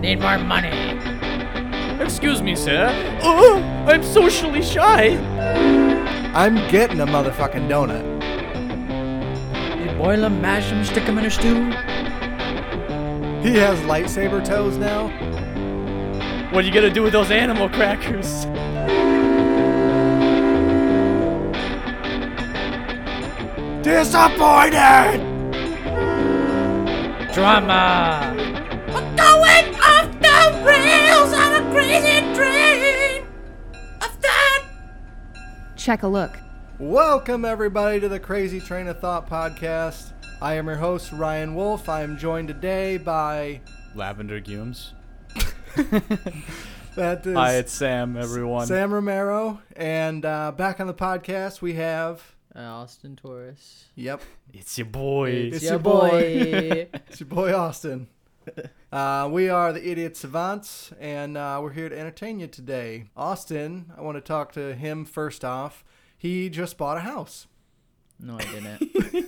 need more money. Excuse me, sir. Oh, I'm socially shy. I'm getting a motherfucking donut. You boil 'em, mash 'em, stick 'em in a stew. He has lightsaber toes now. What are you gonna do with those animal crackers? Disappointed! Drama. We're going off the rails on a crazy train of thought. Check a look. Welcome, everybody, to the Crazy Train of Thought podcast. I am your host, Ryan Wolf. I am joined today by. Lavender Gumes. That is Hi, it's Sam, everyone. Sam Romero. And uh, back on the podcast, we have. Uh, Austin Taurus. Yep, It's your boy. It's your boy. it's your boy, Austin. Uh, we are the Idiot Savants, and uh, we're here to entertain you today. Austin, I want to talk to him first off. He just bought a house. no, I didn't.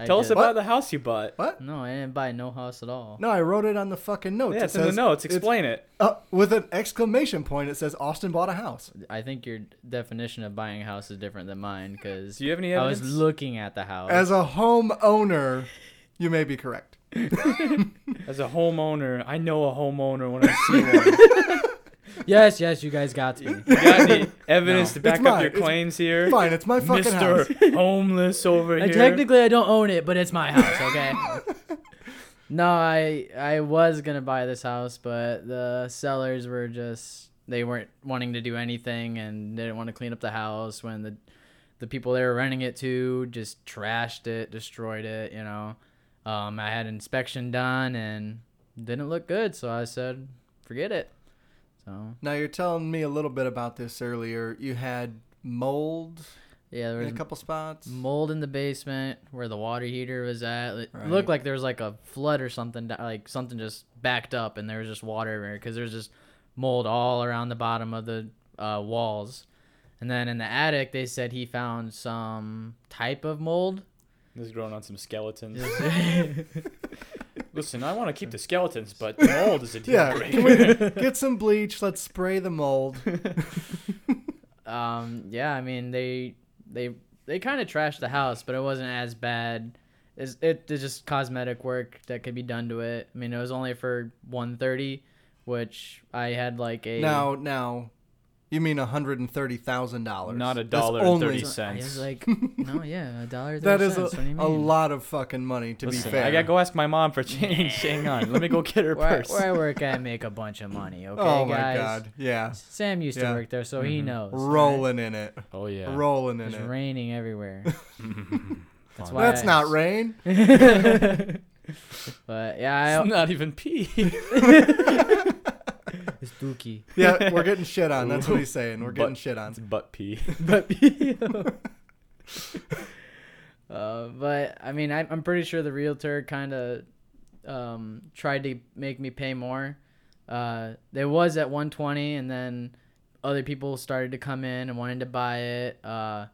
I Tell us did- about the house you bought. What? No, I didn't buy no house at all. No, I wrote it on the fucking notes. Hmm. Yeah, It it's in the says- notes. Explain it. Uh, with an exclamation point, it says Austin bought a house. I think your definition of buying a house is different than mine because Do you have any I was evidence? looking at the house. As a homeowner, you may be correct. As a homeowner, I know a homeowner when I see one. yes, yes, you guys got me. You got any evidence to back It's mine. up your It's claims here? Fine, it's my fucking Mr. house. Homeless over I here. technically I don't own it, but it's my house, okay? no, I I was gonna buy this house, but the sellers were just they weren't wanting to do anything and they didn't want to clean up the house when the the people they were renting it to just trashed it, destroyed it, you know. Um, I had inspection done and didn't look good, so I said, forget it. So Now you're telling me a little bit about this earlier. You had mold yeah, there in was a couple spots. mold in the basement where the water heater was at. It Right. looked like there was like a flood or something, da- like something just backed up and there was just water everywhere because there was just mold all around the bottom of the uh, walls. And then in the attic, they said he found some type of mold. This is growing on some skeletons. Listen, I want to keep the skeletons, but the mold is a deal Yeah, breaker. can we get some bleach? Let's spray the mold. um, yeah, I mean they they they kind of trashed the house, but it wasn't as bad. It's, it, it's just cosmetic work that could be done to it. I mean, it was only for 130, which I had like a Now, now, you mean one hundred and thirty thousand dollars? Not a dollar and thirty cents. I was like, no, yeah, a dollar. That thirty is cents, a, what do you mean? a lot of fucking money. To Listen, be fair, I gotta go ask my mom for change. Hang on, let me go get her Where, purse. where I work, I make a bunch of money. Okay, oh my guys. god, yeah, Sam used Yeah. Mm-hmm. to work there, so he knows. alright? rolling in it, Oh yeah. rolling in It's it. raining everywhere. That's why. That's I- not rain. But yeah, I, It's not even pee. it's dookie. Yeah, we're getting shit on. That's what he's saying. We're getting But- shit on. it's butt pee. but uh, but I mean, I, I'm pretty sure the realtor kind of um, tried to make me pay more. Uh, there was at 120, and then other people started to come in and wanted to buy it. Uh,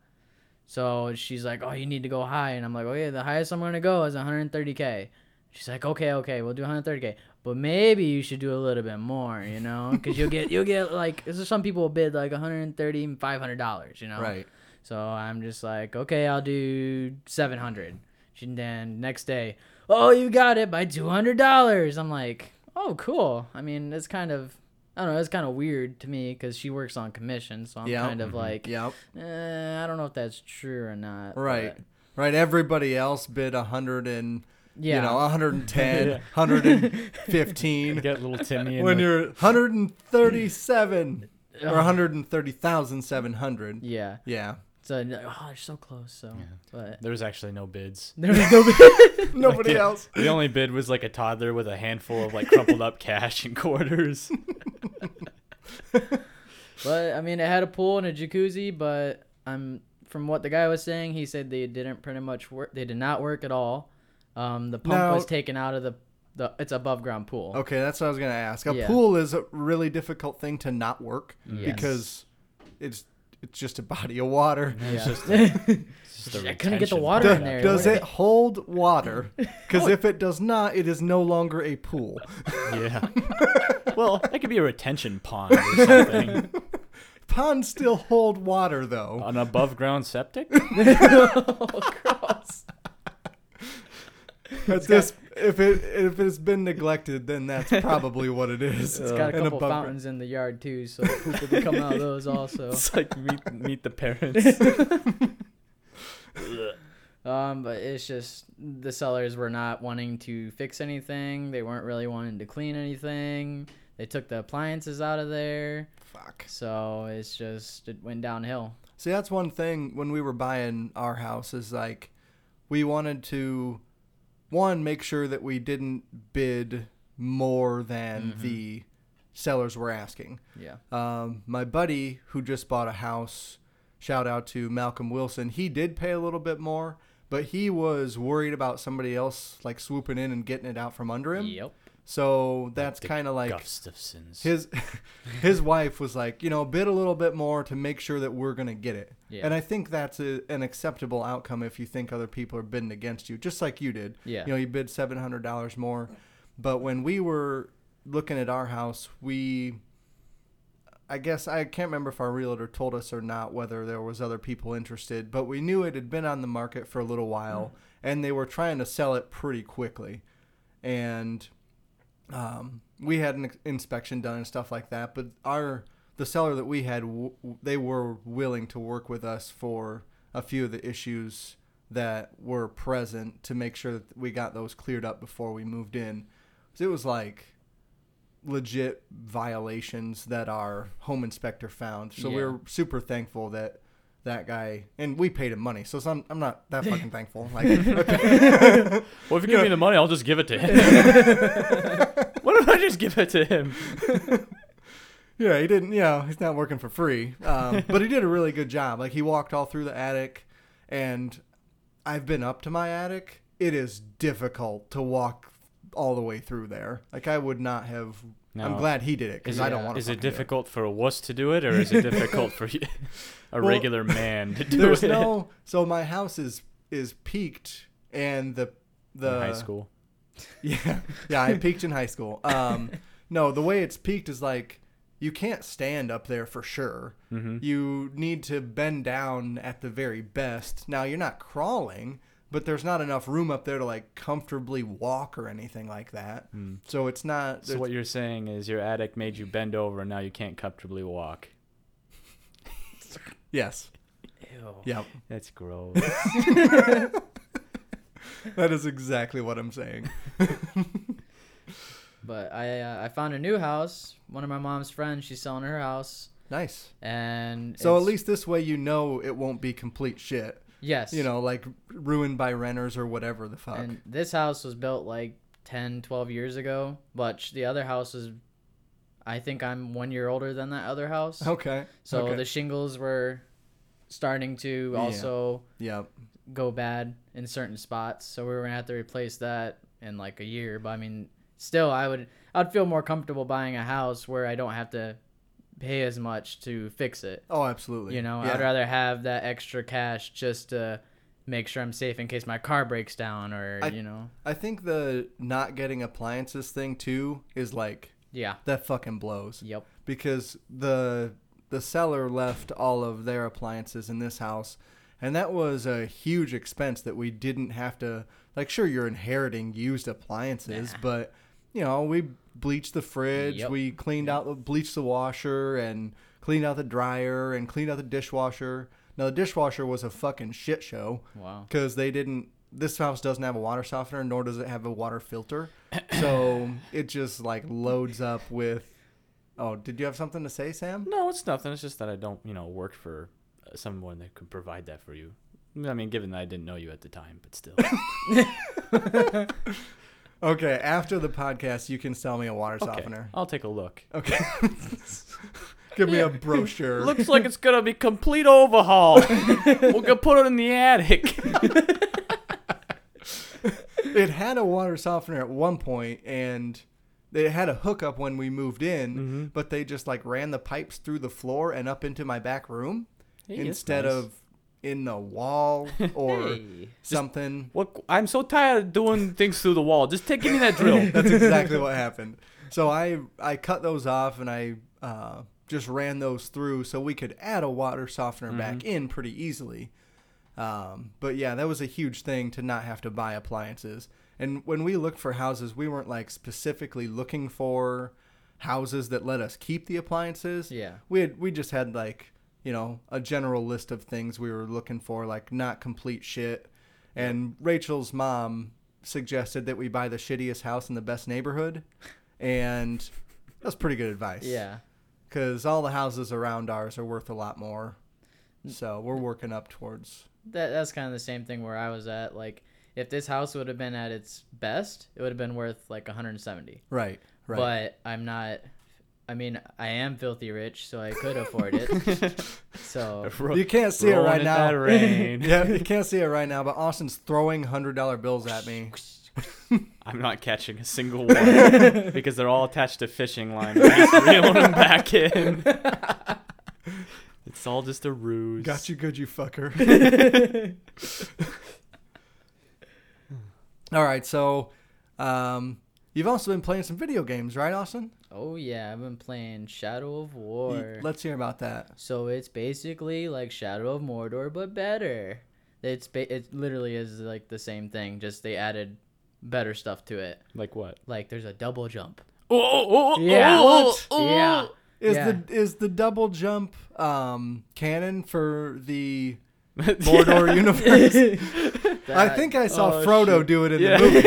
so she's like, "Oh, you need to go high," and I'm like, "Oh yeah, the highest I'm gonna go is 130k." She's like, "Okay, okay, we'll do 130k, but maybe you should do a little bit more, you know, because you'll get you'll get like, this is some people will bid like 130 and 500 dollars, you know, Right. so I'm just like, okay, I'll do 700. She then next day, oh, you got it by $200. I'm like, oh, cool. I mean, it's kind of, I don't know, it's kind of weird to me because she works on commission. So I'm Yeah. kind of like, Yep. eh, I don't know if that's true or not. Right. but- Right. Everybody else bid a hundred and Yeah. you know, uh 110, 115. Get little Timmy in when the you're 137 or 130,700. yeah. Yeah. So, oh, they're so close. So, but There was actually no bids. there was no Nobody Yeah. else. The only bid was like a toddler with a handful of like crumpled up cash and quarters. But I mean, it had a pool and a jacuzzi. But I'm from what the guy was saying, he said they didn't pretty much work. They did not work at all. Um, the pump Now- Oh, was taken out of the the. It's above ground pool. Okay, that's what I was going to ask. A Yeah. pool is a really difficult thing to not work Yes. because it's It's just a body of water. It's just- it's just the I couldn't get the retention water Do- in there. Does What- it hold water? Because if it does not, it is no longer a pool. Yeah. well, that could be a retention pond or something. Ponds still hold water, though. An above ground septic? oh, gross. At this, if it if it's been neglected, then that's probably what it is. It's got Uh, a And couple above- fountains in the yard too, so poop will be coming out of those also. It's like meet meet the parents. Um, but it's just the sellers were not wanting to fix anything. They weren't really wanting to clean anything. They took the appliances out of there, Fuck. so it's just it went downhill. See, that's one thing when we were buying our house is like we wanted to one make sure that we didn't bid more than the sellers were asking. Yeah. Um, my buddy who just bought a house, shout out to Malcolm Wilson. He did pay a little bit more, but he was worried about somebody else like swooping in and getting it out from under him. Yep. So that's kind of like Gustafson's. his his wife was like, you know, bid a little bit more to make sure that we're gonna get it. Yeah. And I think that's a, an acceptable outcome if you think other people are bidding against you, just like you did. Yeah. You know, you bid seven hundred dollars more, but when we were looking at our house, we. I guess I can't remember if our realtor told us or not whether there was other people interested, but we knew it had been on the market for a little while, Mm-hmm. and they were trying to sell it pretty quickly, and um, we had an ex- inspection done and stuff like that. But our the seller that we had, w- w- they were willing to work with us for a few of the issues that were present to make sure that we got those cleared up before we moved in. 'Cause it was like legit violations that our home inspector found. So we Yeah. were super thankful that that guy and we paid him money. So I'm, I'm not that fucking thankful. Like Well, if you give me the money, I'll just give it to him. Why don't I just give it to him? Yeah, he didn't. You know, he's not working for free, um, but he did a really good job. Like he walked all through the attic, and I've been up to my attic. It is difficult to walk all the way through there. Like I would not have. I'm No. glad he did it because Is I it- don't want to. Is it difficult for a wuss to do it, or is it difficult for you- a Well, regular man to do There's it? no. So my house is is peaked, and the in the high school. Yeah, yeah, I peaked in high school. Um, no, the way it's peaked is like you can't stand up there for sure. Mm-hmm. You need to bend down at the very best. Now you're not crawling, but there's not enough room up there to like comfortably walk or anything like that. So it's not. Hmm. So what you're saying is your attic made you bend over, and now you can't comfortably walk. yes. Yeah, That's gross. that is exactly what I'm saying. But I uh, I found a new house. One of my mom's friends, she's selling her house, Nice. and So at it's- least this way you know it won't be complete shit. yes, You know, uh, like ruined by renters or whatever the fuck. And this house was built like 10, 12 years ago, but sh- the other house is, I think I'm one year older than that other house. okay. So okay. the shingles were starting to also Yep. go bad in certain spots. So we were gonna have to replace that in like a year. But I mean, still, I would I'd feel more comfortable buying a house where I don't have to pay as much to fix it. Oh, absolutely. You know, Yeah. I'd rather have that extra cash just to make sure I'm safe in case my car breaks down or I- you know. I think the not getting appliances thing too is like Yeah. that fucking blows Yep. because the the seller left all of their appliances in this house and that was a huge expense that we didn't have to like sure you're inheriting used appliances but you know we bleached the fridge Yep. we cleaned out the bleached the washer and cleaned out the dryer and cleaned out the dishwasher now the dishwasher was a fucking shit show Wow. because they didn't. This house doesn't have a water softener, nor does it have a water filter, so it just like loads up with. Oh, did you have something to say, Sam? no, it's nothing. It's just that I don't, you know, work for uh, someone that could provide that for you. I mean, given that I didn't know you at the time, but still. Okay, after the podcast, you can sell me a water Okay, softener. I'll take a look. Okay, give me a brochure. Looks like it's gonna be complete overhaul. we'll go put it in the attic. it had a water softener at one point, and it had a hookup Mm-hmm. when we moved in, but they just like ran the pipes through the floor and up into my back room. it's instead nice. of in the wall or Hey. something. What? I'm so tired of doing things through the wall. Just take give me that drill. That's exactly what happened. So I I cut those off and I uh, just ran those through so we could add a water softener back in pretty easily. Um, but yeah, that was a huge thing to not have to buy appliances. And when we looked for houses, we weren't like specifically looking for houses that let us keep the appliances. Yeah. We had we just had like, you know, a general list of things we were looking for, like not complete shit. And Rachel's mom suggested that we buy the shittiest house in the best neighborhood. And that was pretty good advice. Yeah. Cuz all the houses around ours are worth a lot more. Mm. So, we're working up towards that that's kind of the same thing where I was at. Like, if this house would have been at its best, it would have been worth like 170. Right. Right. But I'm not. I mean, I am filthy rich, so I could afford it. so Ro- You can't see it right rolling in now. That rain. yeah, you can't see it right now, but Austin's throwing hundred dollar bills at me. I'm not catching a single one because they're all attached to fishing lines. I'm just reeling them back in. It's all just a ruse. you good, you fucker. All right, so um, you've also been playing some video games, right, Austin? oh yeah, I've been playing Shadow of Y- War. Let's hear about that. So it's basically like Shadow of Mordor, but better. It's ba- it literally is like the same thing, just they added better stuff to it. Like what? Like there's a double jump. Oh, oh, oh, Yeah. oh, What? oh, oh. Yeah. Is Yeah. the is the double jump um, canon for the Yeah. Mordor universe? I That- think I saw Oh, Frodo shit. do it in Yeah. the movie.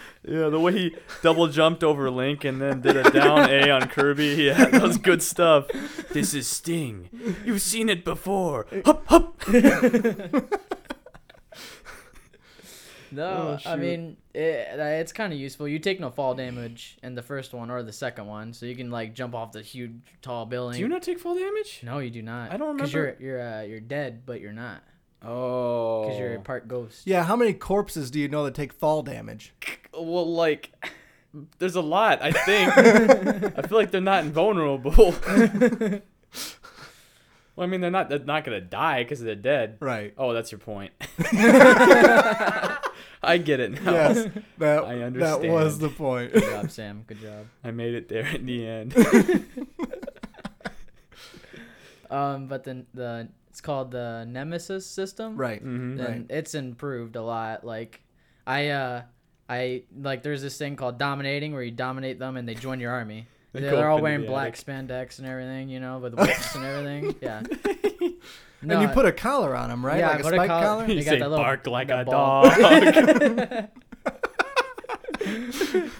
Yeah, the way he double jumped over Link and then did a down A on Kirby. Yeah, that was good stuff. This is Sting. You've seen it before. Hup, hup. No, Oh, I shoot. mean it, uh, it's kind of useful. You take no fall damage in the first one or the second one, so you can like jump off the huge tall building. Do you not take full damage? No, you do not. I don't Cause remember- you're you're uh, you're dead, but you're not Oh. because you're part ghost. yeah, how many corpses do you know that take fall damage? Well, like, there's a lot, I think. I feel like they're not invulnerable. well, I mean, they're not, they're not going to die because they're dead. Right. Oh, that's your point. I get it now. Yes, that I that was understand. the point. Good job, Sam. Good job. I made it there in the end. Um, but then the it's called the Nemesis system. right. Mhm. Right. and it's improved a lot. Like I uh I like there's this thing called dominating where you dominate them and they join your army. They They go are up all into wearing the black spandex and everything, you know, with whips and everything. Yeah. No, and you put a collar on him, right? yeah, I like a put a spike collar- collar. They You got say that little- bark like that a ball." dog.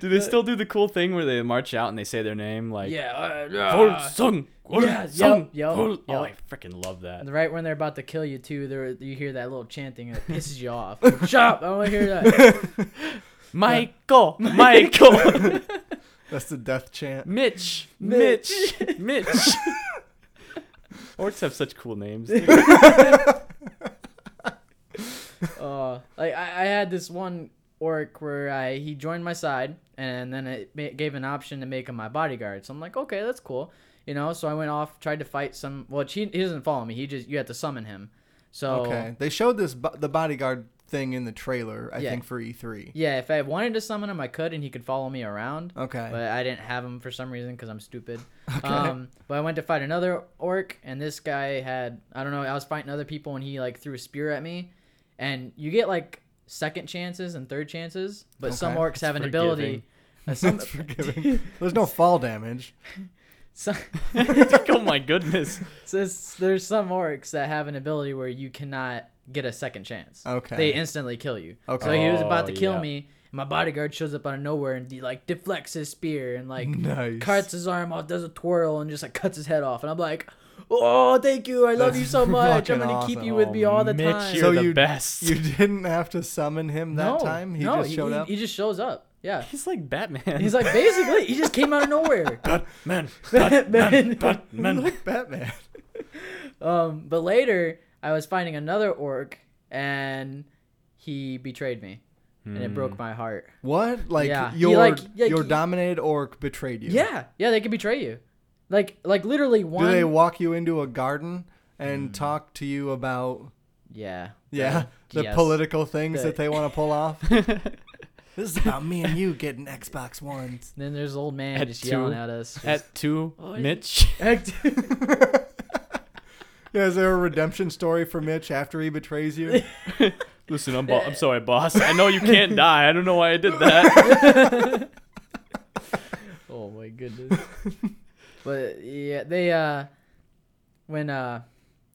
do they still do the cool thing where they march out and they say their name like yeah. uh, Volsung, Yeah, Volsung, yup, yup, Vol-" Oh, I yup. freaking love that. and right when they're about to kill you too, there you hear that little chanting and it pisses you off. Shut up! I don't want to hear that. Michael, Michael, That's the death chant. Mitch, Mitch, Mitch. Mitch. Orcs have such cool names. Uh, like I, I had this one orc where I he joined my side and then it ma- gave an option to make him my bodyguard. So I'm like, okay, that's cool, you know. So I went off, tried to fight some. Well, he, he doesn't follow me. He just you have to summon him. So Okay. They showed this bo- the bodyguard thing in the trailer, I Yeah. think for E E3. yeah, if I wanted to summon him, I could, and he could follow me around. Okay. But I didn't have him for some reason because I'm stupid. Um, but I went to fight another orc, and this guy had I don't know. I was fighting other people, and he like threw a spear at me, and you get like second chances and third chances, but some Okay. orcs have an ability. uh, some, There's no fall damage. some, oh my goodness. says there's some orcs that have an ability where you cannot get a second chance. Okay. They instantly kill you. Okay. So he was about Oh, to kill yeah. me. And my bodyguard shows up out of nowhere and he, like deflects his spear and like Nice. cuts his arm off, does a twirl, and just like cuts his head off. And I'm like, oh, thank you, I love you so That's much. I'm fucking gonna keep awesome. you with me all the Mitch, time. you're So the you- best. You didn't have to summon him that time. He just showed he, up. He just shows up. Yeah. He's like Batman. He's like basically he just came out of nowhere. Batman, Batman. Batman. like Batman. Um, but later, I was fighting another orc, and he betrayed me, and it Hmm. broke my heart. What? Like Yeah. He, your like- like, your he- dominated orc betrayed you. Yeah, yeah, they could betray you, like like literally Do one. Mm. they walk you into a garden and talk to you about Yeah. yeah the Yes. political things The- that they want to pull off. this is about me and you getting Xbox Ones. Then there's old man At just two. yelling at us. Just, At two, Oh, yeah. Mitch. Yeah, is there a redemption story for Mitch after he betrays you? Listen, I'm, bo- I'm sorry, boss. I know you can't die. I don't know why I did that. oh my goodness. but yeah, they uh, when uh,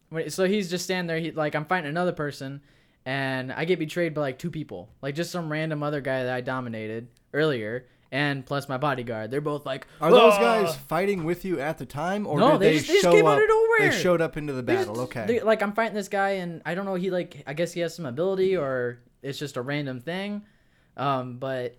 when so he's just standing there. He like I'm fighting another person, and I get betrayed by like two people, like just some random other guy that I dominated earlier, and plus my bodyguard. They're both like, Are those "Ah!" guys fighting with you at the time, or No, did they they, just- they just show came up? out of nowhere. They showed up into the They just- battle. okay. they- like I'm fighting this guy, and I don't know. He like I guess he has some ability, or it's just a random thing. Um, but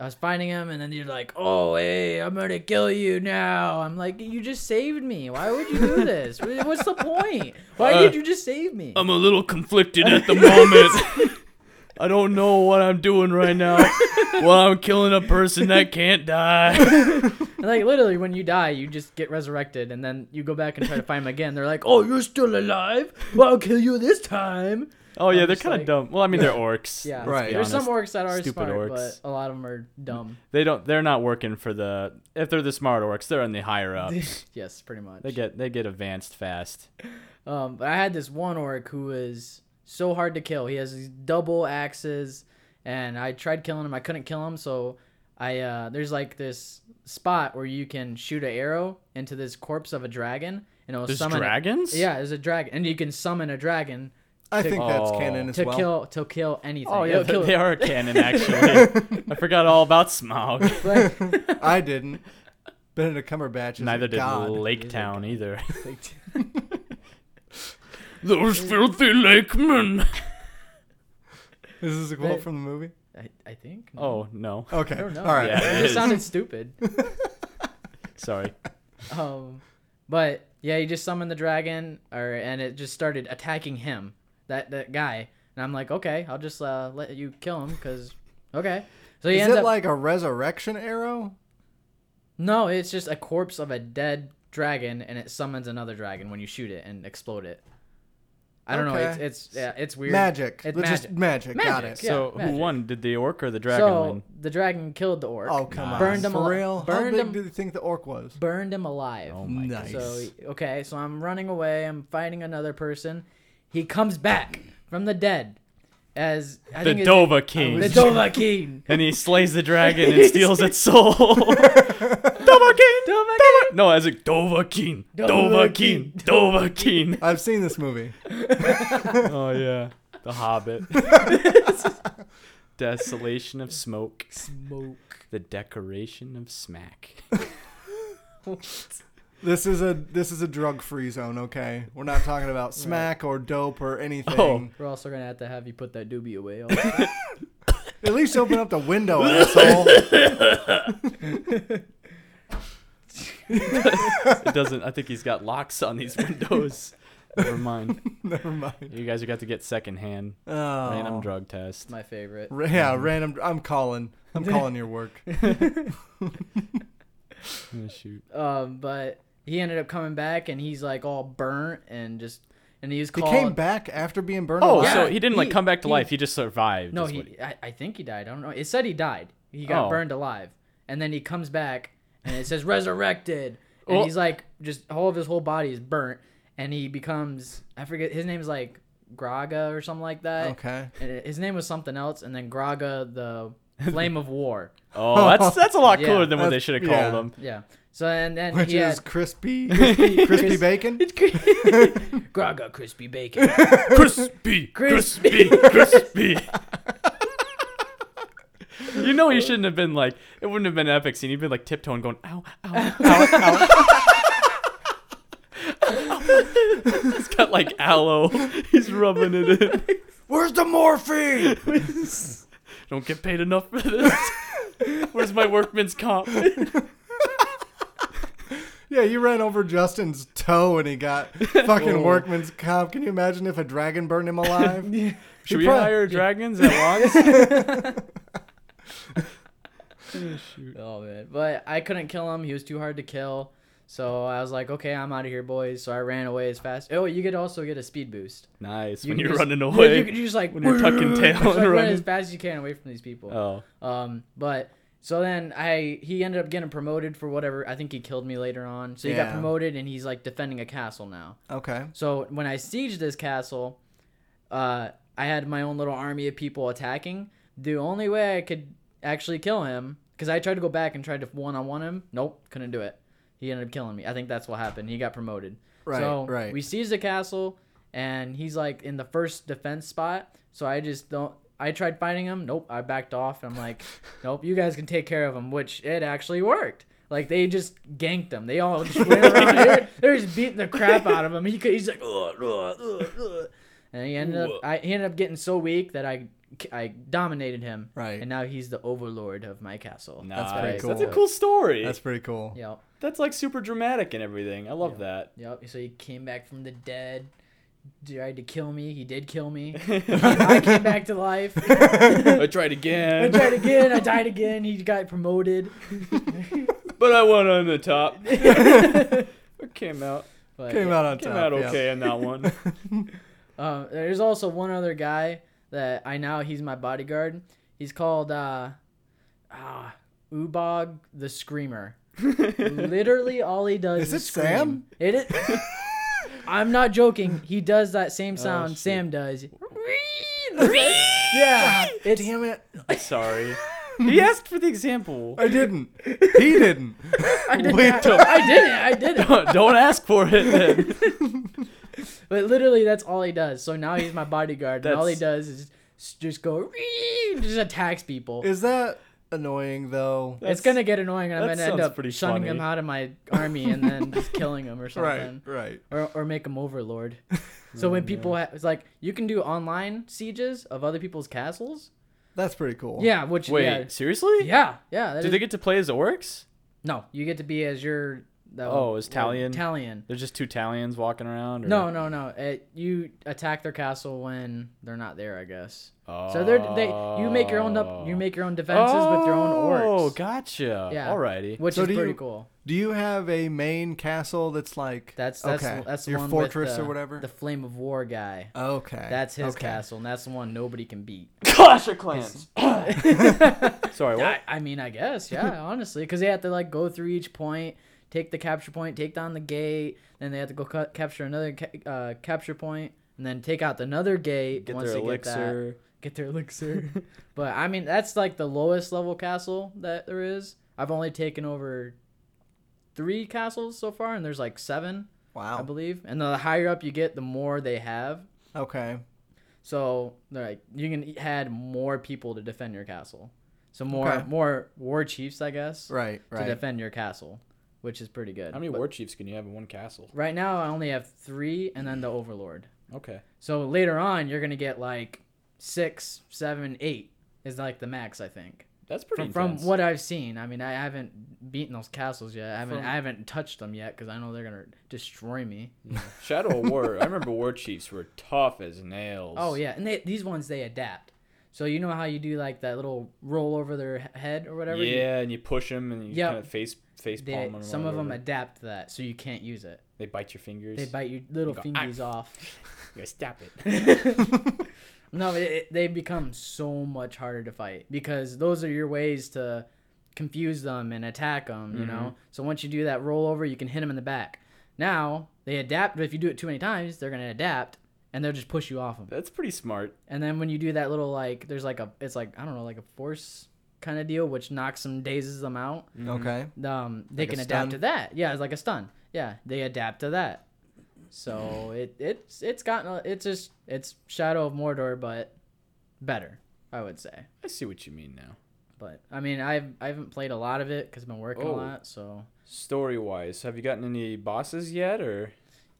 I was fighting him, and then you're like, "Oh, hey, I'm gonna kill you now." I'm like, "You just saved me. Why would you do this? Wh- What's the point? Why Uh, did you just save me?" um, I'm a little conflicted at the moment. I don't know what I'm doing right now. Well, I'm killing a person that can't die. And, like literally, when you die, you just get resurrected, and then you go back and try to find him again. They're like, "Oh, you're still alive. Well, I'll kill you this time." Oh yeah, I'm they're just kind of like- dumb. Well, I mean, they're orcs. Yeah, let's Right. be There's some honest. orcs that are Stupid smart, orcs. but a lot of them are dumb. They don't. They're not working for the. If they're the smart orcs, they're in the higher ups. yes, pretty much. they get they get advanced fast. Um, but I had this one orc who is so hard to kill. He has these double axes, and I tried killing him. I couldn't kill him, so I uh, there's like this spot where you can shoot an arrow into this corpse of a dragon, and it'll There's summon. dragons. Yeah, there's a dragon, and you can summon a dragon I think that's Oh. canon as to well. kill to kill anything. Oh yeah, It'll they, kill- they are a cannon actually. I forgot all about Smaug. I didn't. Benedict Cumberbatch is a Neither did god. Lake Town either. Those filthy lakemen. Is this a quote They- from the movie? I, I think. no. Oh no, Okay. I don't know. All right. Yeah. it it just is. sounded stupid. sorry. Um, but yeah, he just summoned the dragon, or and it just started attacking him, that that guy. And I'm like, okay, I'll just uh, let you kill him, cause okay. So he Is ends it up like a resurrection arrow? no, it's just a corpse of a dead dragon, and it summons another dragon when you shoot it and explode it. I don't know. Okay. It's it's yeah, it's weird. Magic. It's Let's magic. Just magic. Got Magic, it. yeah. so who magic. won? Did the orc or the dragon so win? the dragon killed the orc. Oh come on. Burned him For al- real? How burned big him- do you think the orc was? Burned him alive. Oh my nice. So okay, so I'm running away. I'm fighting another person. He comes back from the dead as I The think it's- Dova King. The Dova King. and he slays the dragon and steals its soul. Dovahkiin, Dovahkiin. No, as like Dovahkiin, Dovahkiin, Dovahkiin. I've seen this movie. Oh yeah, The Hobbit. Desolation of smoke, Smoke. the decoration of smack. This is a this is a drug free zone, okay? We're not talking about smack or dope or anything. Oh. We're also gonna have to have you put that doobie away. Oh, At least open up the window, asshole. It doesn't. I think he's got locks on these windows. Never mind. Never mind. You guys are got to get secondhand Oh. random drug test. My favorite. Ra- yeah, random. I'm calling. I'm calling your work. Oh, shoot. Um, but he ended up coming back and he's like all burnt and just and he was He called. came back after being burned Oh, alive. so he didn't like he- come back to he- life. He just survived. No, is he. what I, I think he died. I don't know. It said he died. He got Oh. burned alive, and then he comes back, and it says resurrected, and Well- he's like just all of his whole body is burnt, and he becomes I forget his name's like Graga or something like that. Okay. And it- his name was something else, and then Graga the Flame of War. Oh, that's that's a lot Yeah. cooler than what they That's- should have yeah. called him. Yeah. So and then Which he is had crispy, crispy, crispy bacon. Graga crispy bacon. Crispy, Crispy. crispy, crispy. you know you shouldn't have been like. It wouldn't have been an epic scene. You'd been like tiptoeing, going ow, ow, ow, ow. He's got like aloe. He's rubbing it in. Where's the morphine? Don't get paid enough for this. Where's my workman's comp? yeah, you ran over Justin's toe and he got fucking workman's comp. Can you imagine if a dragon burned him alive? Should we probably- hire dragons at once? Oh man, but I couldn't kill him. He was too hard to kill. So I was like, okay, I'm out of here, boys. So I ran away as fast. Oh, you could also get a speed boost. Nice. You when can you're just- running yeah, away. you can- you're just like when you're tucking tail just, like, run and as running. fast as you can away from these people. oh, Um, but so then I he ended up getting promoted for whatever. I think he killed me later on. So he Yeah. got promoted and he's like defending a castle now. Okay. So when I sieged this castle, uh, I had my own little army of people attacking. The only way I could actually kill him, because I tried to go back and tried to one on one him. Nope, couldn't do it. He ended up killing me. I think that's what happened. He got promoted. Right, So right. we seized the castle, and he's like in the first defense spot. So I just don't. I tried fighting him. Nope, I backed off. I'm like, nope, you guys can take care of him, which it actually worked. Like they just ganked him. They all just went around. They're, they're just beating the crap out of him. He could, he's like, ugh, ugh, ugh, ugh. and he ended up. I he ended up getting so weak that I I dominated him. Right. And now he's the overlord of my castle. nice. pretty That's, cool. a cool story. That's That's, pretty cool. Yep. like super dramatic and everything. I love that. Yep. So he came back from the dead. Tried to kill me. He did kill me. I came back to life. I tried I again, tried again. I died again. He got promoted. but I went on the top. It came out, But, Came out on came top. out yeah. okay in that one. Um, there's also one other guy that I now he's my bodyguard. He's called uh, uh Ubog the Screamer. Literally, all he does Is is, it scream. Sam? It is. I'm not joking. He does that same sound shoot. Sam does. Yeah. It's- Damn it. Sorry. He asked for the example. I didn't. He didn't. I did Wait not- till- I did it. I did it. Don't ask for it. Then. But literally, that's all he does. So now he's my bodyguard, and all he does is just go just attacks people. Is that annoying though? it's gonna get annoying, and I'm that gonna end sounds up pretty shunning funny. him out of my army and then just killing him or something, Right. or or make him overlord. so when people ha- it's like you can do online sieges of other people's castles. That's pretty cool. Yeah, which Oh, Wait, yeah seriously? yeah yeah. that Do is- they get to play as orcs? no, you get to be as your that Oh, one- as Talion? Talion. They're just two Italians walking around. Or... No, no, no. It, you attack their castle when they're not there, I guess. So they're they you make your own up you make your own defenses with your own Oh, orcs. gotcha. Yeah. Alrighty. Which So is do pretty you- cool. Do you have a main castle that's like That's that's okay, that's the your one with fortress the- or whatever? The Flame of War guy. okay. That's his okay. castle, and that's the one nobody can beat. Clash of Clans. Sorry, what? I, I mean, I guess, yeah, honestly, because they have to like go through each point, take the capture point, take down the gate, then they have to go ca- capture another ca- uh, capture point, and then take out another gate. Get once their they Get that. elixir. get their elixir. but I mean, that's like the lowest level castle that there is. I've only taken over three castles so far, and there's like seven, I Wow. believe. And the higher up you get, the more they have. Okay. So they're like you can add more people to defend your castle. So more Okay. more war chiefs, I guess, Right, to right. defend your castle, which is pretty good. How many But war chiefs can you have in one castle? Right now, I only have three, and then the overlord. Okay. So later on, you're gonna get like six, seven, eight is like the max, I think. That's pretty from, from intense. what I've seen, I mean, I haven't beaten those castles yet. I haven't, From- I haven't touched them yet because I know they're gonna destroy me. Shadow of War. I remember war chiefs were tough as nails. Oh yeah, and they, these ones they adapt. So you know how you do like that little roll over their he- head or whatever. You- Yeah, and you push them and you Yep. kind of face face palm they, them. or some of them whatever. adapt to that, so you can't use it. they bite your fingers. They bite your little You go, fingies "Ah." off. You gotta stop it. No, it, it, they become so much harder to fight because those are your ways to confuse them and attack them. You know, Mm-hmm. so once you do that roll over, you can hit them in the back. Now they adapt, but if you do it too many times, they're gonna adapt and they'll just push you off them. That's pretty smart. And then when you do that little like, there's like a, it's like I don't know, like a force kind of deal, which knocks them, dazes them out. Okay. Um, they Mm. Like a can adapt stun? to that. Yeah, it's like a stun. Yeah, they adapt to that. So it it's it's gotten a- it's just it's Shadow of Mordor, but better, I would say. I see what you mean now. But I mean, I've I haven't played a lot of it because I've been working Oh. a lot. So Story wise, have you gotten any bosses yet, or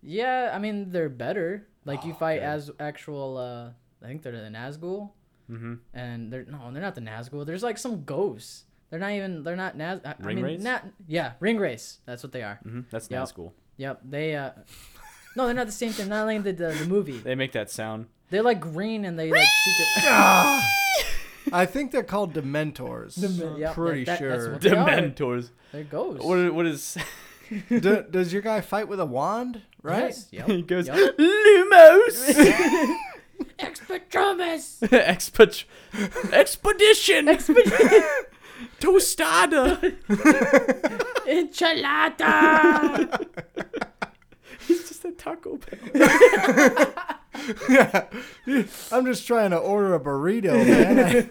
yeah, I mean they're better. Like you Oh, fight good. as actual. uh I think they're the Nazgul. Mhm. And they're no, they're not the Nazgul. There's like some ghosts. They're not even. They're not Naz. I, I Ring Mm-hmm. mean, Wraiths? Not, yeah, ring race. That's what they are. that's Yep. not school? Yep, they. uh No, they're not the same thing. Not like the, the the movie. They make that sound. They're like green and they like. Secret- Ah! I think they're called Dementors. Demen- I'm yep, pretty that- that- that's sure. what- They are. Dementors. they're ghosts. What? What is? Do, does your guy fight with a wand? Right? Yes, yep, he goes, yep. Lumos! Expectromus! Exped- expedition! Tostada! Enchilada! He's just a Taco Bell. I'm just trying to order a burrito, man.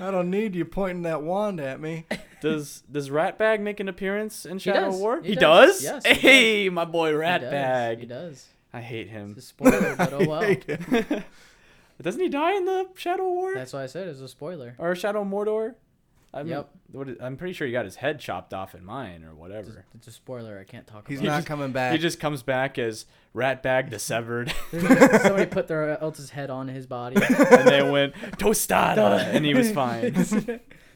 I, I don't need you pointing that wand at me. Does does Ratbag make an appearance in Shadow does. War? He does. Yes, he hey, my boy He does, He Ratbag. does. I hate him. It's a spoiler, but oh well. Doesn't he die in the Shadow War That's why I said it was a spoiler. or Shadow Mordor? I'm, Yep. What is, I'm pretty sure he got his head chopped off in mine or whatever. It's a spoiler. I can't talk He's about. not just- coming back. He just comes back as Ratbag the Severed, it. Somebody put their else's head on his body. and they went tostada, and he was fine.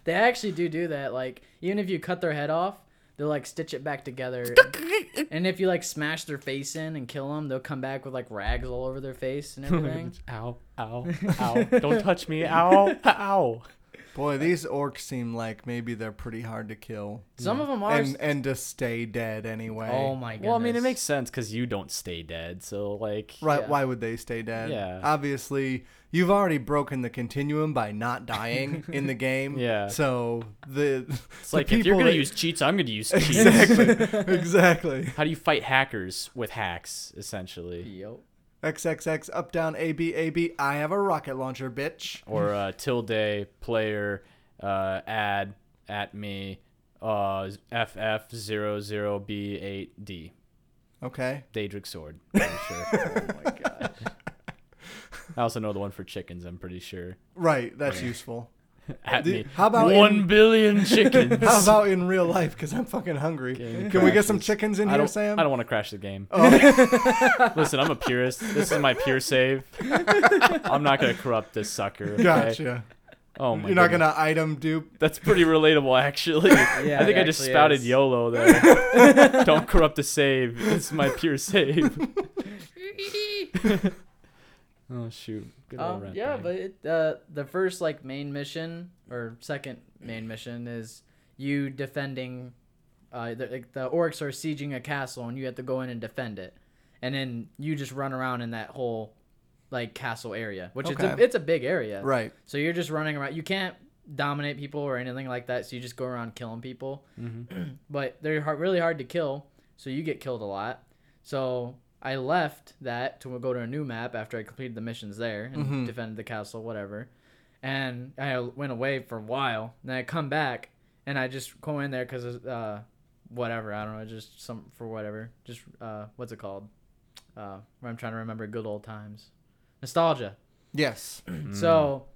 they actually do do that. Like even if you cut their head off, they'll like stitch it back together. and if you like smash their face in and kill them, they'll come back with like rags all over their face Oh and everything. ow, ow, ow! Don't touch me! Ow, ow! Boy, these orcs seem like maybe they're pretty hard to kill. Some of them are. And, and to stay dead anyway. oh my god. Well, I mean, it makes sense because you don't stay dead, so like, Right? Yeah. Why would they stay dead? Yeah. Obviously, you've already broken the continuum by not dying in the game. Yeah. So the it's like if you're gonna use cheats, I'm gonna use cheats. exactly exactly How do you fight hackers with hacks, essentially? Yo. XXX up down A B A B. I have a rocket launcher, bitch. Or uh, tilde player uh, add at me uh, FF00B8D Okay. Daedric sword. I'm sure. oh my god! I also know the one for chickens. I'm pretty sure. Right. That's useful. At The- me. how about one in- billion chickens? How about in real life? Because I'm fucking hungry. Game Can we get some crashes. chickens in I here, don't, Sam? Oh. I don't want to crash the game. Listen, I'm a purist. This is my pure save. I'm not gonna corrupt this sucker. okay? Gotcha. Oh my. You're not goodness. gonna item dupe. That's pretty relatable, actually. I think it I just actually spouted is. YOLO there. don't corrupt the save. This is my pure save. oh shoot. Good old Um, rat yeah, bag. but it, uh, the first like main mission or second main mission is you defending. Uh, the, like, the orcs are sieging a castle, and you have to go in and defend it, and then you just run around in that whole like castle area, which it's a, Okay. it's a big area, Right. So you're just running around. You can't dominate people or anything like that. So you just go around killing people. but they're hard, really hard to kill. So you get killed a lot. So I left that to go to a new map after I completed the missions there and defended the castle, whatever. And I went away for a while. And I come back and I just go in there because uh, whatever. I don't know. Just some for whatever. Just uh, what's it called? Uh, I'm trying to remember good old times. Nostalgia. Yes. So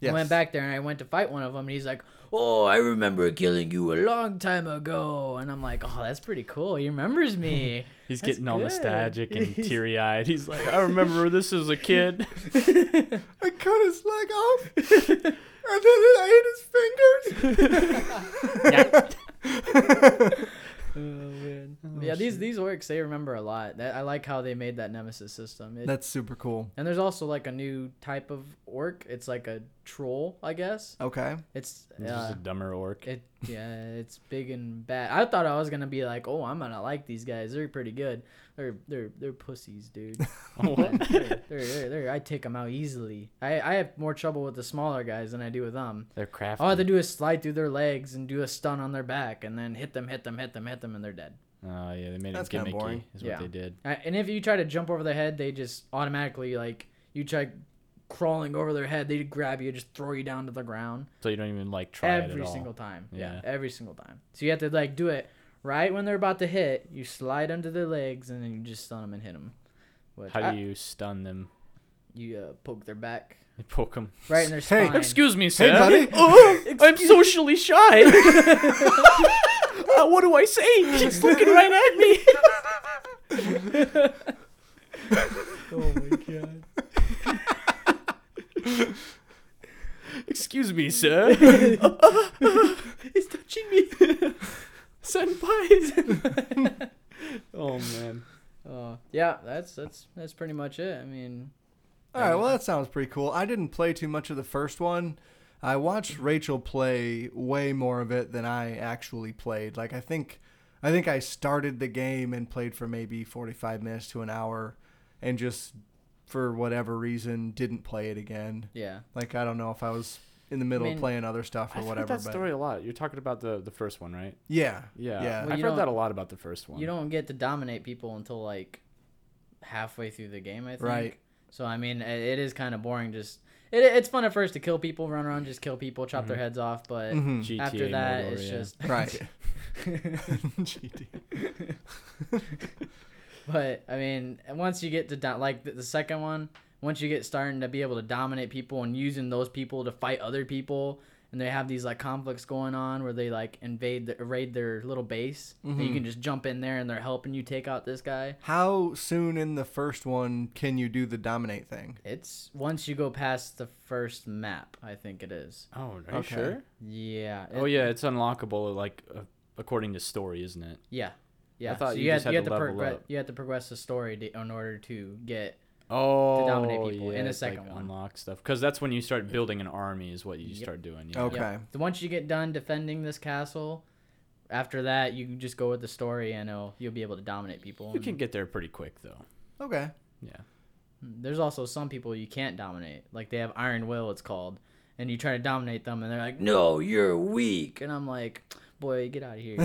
Yes. I went back there and I went to fight one of them, and he's like, "Oh, I remember killing you a long time ago." And I'm like, "Oh, that's pretty cool. He remembers me." He's That's getting all good. nostalgic and teary eyed. He's like, I remember this as a kid. I cut his leg off, and then I hit his fingers. yeah, these these orcs they remember a lot. That, I like how they made that nemesis system. It, That's super cool. and there's also like a new type of orc. It's like a troll, I guess. Okay. It's He's just uh, a dumber orc. it yeah, it's big and bad. I thought I was gonna be like, oh, I'm gonna like these guys. They're pretty good. They're they're they're pussies, dude. What? they're, they're, they're, they're- I take them out easily. I, I have more trouble with the smaller guys than I do with them. They're crafty. All I have to do is slide through their legs and do a stun on their back, and then hit them, hit them, hit them, hit them, and they're dead. Oh yeah, they made That's it kinda gimmicky. boring. Is Yeah. what they did. Uh, And if you try to jump over their head, they just automatically like you try crawling over their head, they grab you, just throw you down to the ground So you don't even like try it every at all. single time. Yeah. Yeah. every single time. So you have to like do it right when they're about to hit. You slide under their legs, and then you just stun them and hit them. Which How I- do you stun them? you uh, poke their back You poke them. right in their Hey, spine? Excuse me, sir. buddy. Oh, I'm socially shy. Uh, what do I say? She's looking right at me. Oh my god. Excuse me, sir. He's touching me. Senpai. oh man. Uh, yeah, that's that's that's pretty much it. I mean, All right, well, that sounds pretty cool. I didn't play too much of the first one. I watched Rachel play way more of it than I actually played. Like, I think I think I started the game and played for maybe 45 minutes to an hour and just for whatever reason didn't play it again. Yeah. Like I don't know if I was in the middle I mean, of playing other stuff or I've whatever. heard that but story a lot. You're talking about the the first one, right? yeah, Yeah, Yeah. Well, I've you heard that don't- a lot about the first one. You don't get to dominate people until like halfway through the game, I think. Right. So I mean, i- it is kind of boring. Just it, it's fun at first to kill people, run around, just kill people, chop Mm-hmm. their heads off. But Mhm. GTA after that, mode over, it's yeah. just right. GT. But I mean, once you get to do- like the, the second one, once you get starting to be able to dominate people and using those people to fight other people, and they have these like conflicts going on where they like invade the, raid their little base, Mm-hmm. and you can just jump in there and they're helping you take out this guy. How soon in the first one can you do the dominate thing? It's once you go past the first map, I think it is. Oh, are you Okay. sure? Yeah. Oh it- yeah, it's unlockable like uh, according to story, isn't it? Yeah. Yeah. thought you just had to level progress. up. You have to progress the story to, in order to get Oh, dominate people in the it's, like, second one. unlock stuff because that's when you start building an army is what you start doing. Yeah. Okay. Yep. So once you get done defending this castle, after that you can just go with the story and it'll, you'll be able to dominate people. You can get there pretty quick though. Okay. Yeah. And There's also some people you can't dominate. Like they have iron will, it's called, and you try to dominate them, and they're like, "No, you're weak," and I'm like, "Boy, get out of here."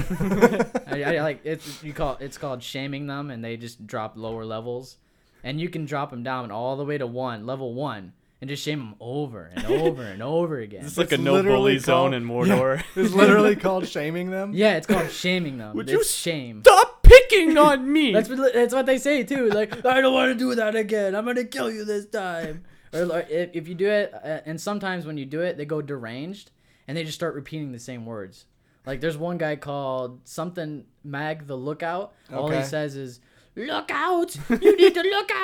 I, I, like it's you call it's called shaming them, and they just drop lower levels, and you can drop them down all the way to one level one. And just shame them over and over and over again. It's like a It's no literally bully zone called- in Mordor. It's literally called shaming them. Yeah, it's called shaming them. Would Would you you shame? Stop picking on me. That's what that's what they say too. Like I don't want to do that again. I'm gonna kill you this time. Or like, if, if you do it, uh, and sometimes when you do it, they go deranged and they just start repeating the same words. Like there's one guy called something Mag the Lookout. All he Okay. says is "Look out! You need to look out!"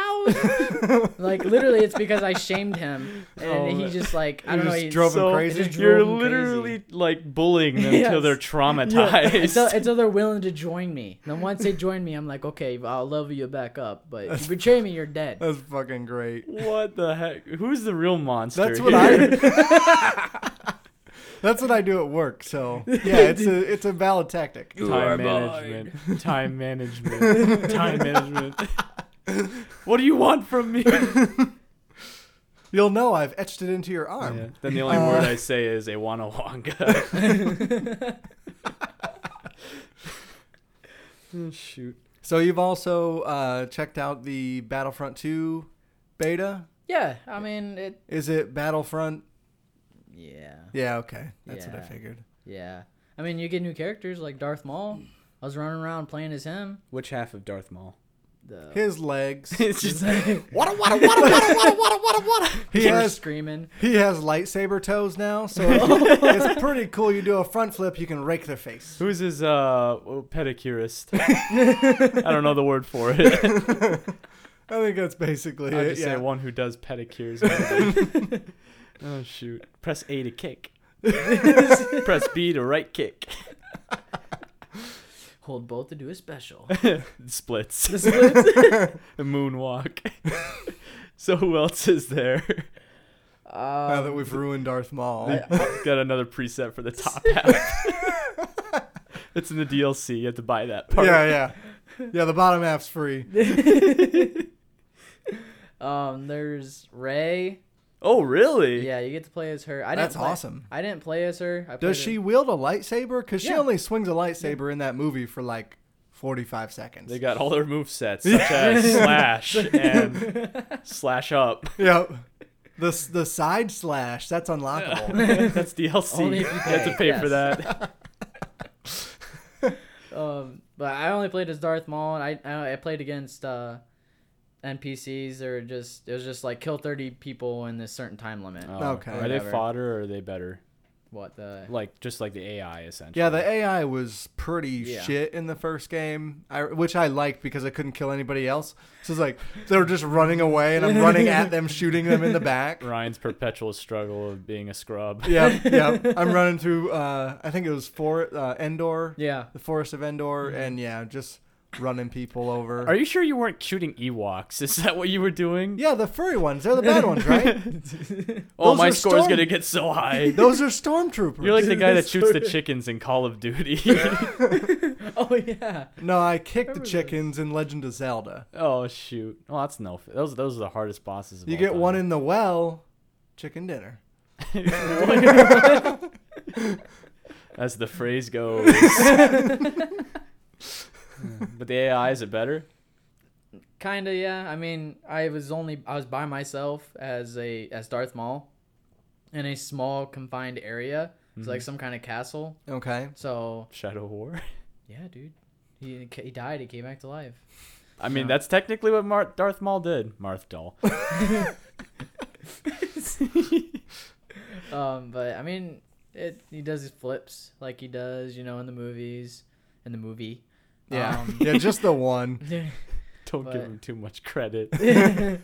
like literally, it's because I shamed him, and he just like I don't know. Oh just He drove him so crazy. Just you're drove him literally like bullying them until Yes. they're traumatized. until, until they're willing to join me. And then once they join me, I'm like, okay, I'll level you back up. But if you betray me, you're dead. That's fucking great. what the heck? Who's the real monster? That's what I. That's what I do at work. So yeah, it's a it's a valid tactic. time management. Time management. time management. what do you want from me? You'll know I've etched it into your arm. Yeah. Then the only word I say is Iwanawanga. Shoot. So you've also uh, checked out the Battlefront 2 beta. Yeah, I mean it. Is it Battlefront? Yeah, Yeah, okay, that's what I Yeah. figured. yeah. I mean, you get new characters like Darth Maul. I was running around playing as him. Which half of Darth Maul? The His legs. it's just Wada wada wada wada wada wada wada wada. He kids has screaming. he has lightsaber toes now, so it's pretty cool. You do a front flip, you can rake their face. Who's his uh oh, pedicurist? I don't know the word for it. I think that's basically I it. just yeah. say one who does pedicures. oh shoot! Press A to kick. Press B to right kick. Hold both to do a special. Splits. The splits. The moonwalk. so who else is there? now that we've ruined Darth Maul. Got another preset for the top half. it's in the DLC. You have to buy that part. yeah, yeah, yeah. The bottom half's free. um, there's Ray. Oh really? Yeah, you get to play as her. I didn't That's play- awesome. I didn't play as her. I played Does as- she wield a lightsaber? Because she Yeah. only swings a lightsaber in that movie for like 45 seconds. They got all their movesets, such as slash and slash up. Yep. The, s- the side slash, that's unlockable. That's DLC. Only if you have to pay, pay for yes. that. Um, but I only played as Darth Maul, and I- I I played against uh, NPCs. They were just it was just like kill thirty people in this certain time limit. Okay. Um, Are they Whatever. fodder or are they better? What the? Like just like the AI essentially. yeah, the AI was pretty Yeah. shit in the first game, I, which I liked because I couldn't kill anybody else. So it's like they're just running away and I'm running at them, shooting them in the back. Ryan's perpetual struggle of being a scrub. Yep, yep. I'm running through, uh, I think it was for, uh, Endor, Yeah. the forest of Endor, and yeah, just running people over. Mm-hmm. Are you sure you weren't shooting Ewoks? Is that what you were doing? yeah, the furry ones. They're the bad ones, right? oh, those my are score's storm- gonna get so high. Those are stormtroopers. You're like the guy that shoots the chickens in Call of Duty. oh yeah. no, I kicked the Remember chickens in Legend of Zelda. oh shoot! Oh, that's no. F- those those are the hardest bosses. Of You all get one time. in the well, chicken dinner. as the phrase goes. but the AIs are better. Kinda, yeah. I mean, I was only I was by myself as a as Darth Maul, in a small confined area. It's like some kind of castle. Okay. So Shadow War. yeah, dude, he he died. He came back to life. I mean, that's technically what Mar- Darth Maul did. Marth Dahl. Um, but I mean, it he does his flips like he does, you know, in the movies, in the movie. Yeah. Um, yeah, just the one. Don't But- give him too much credit.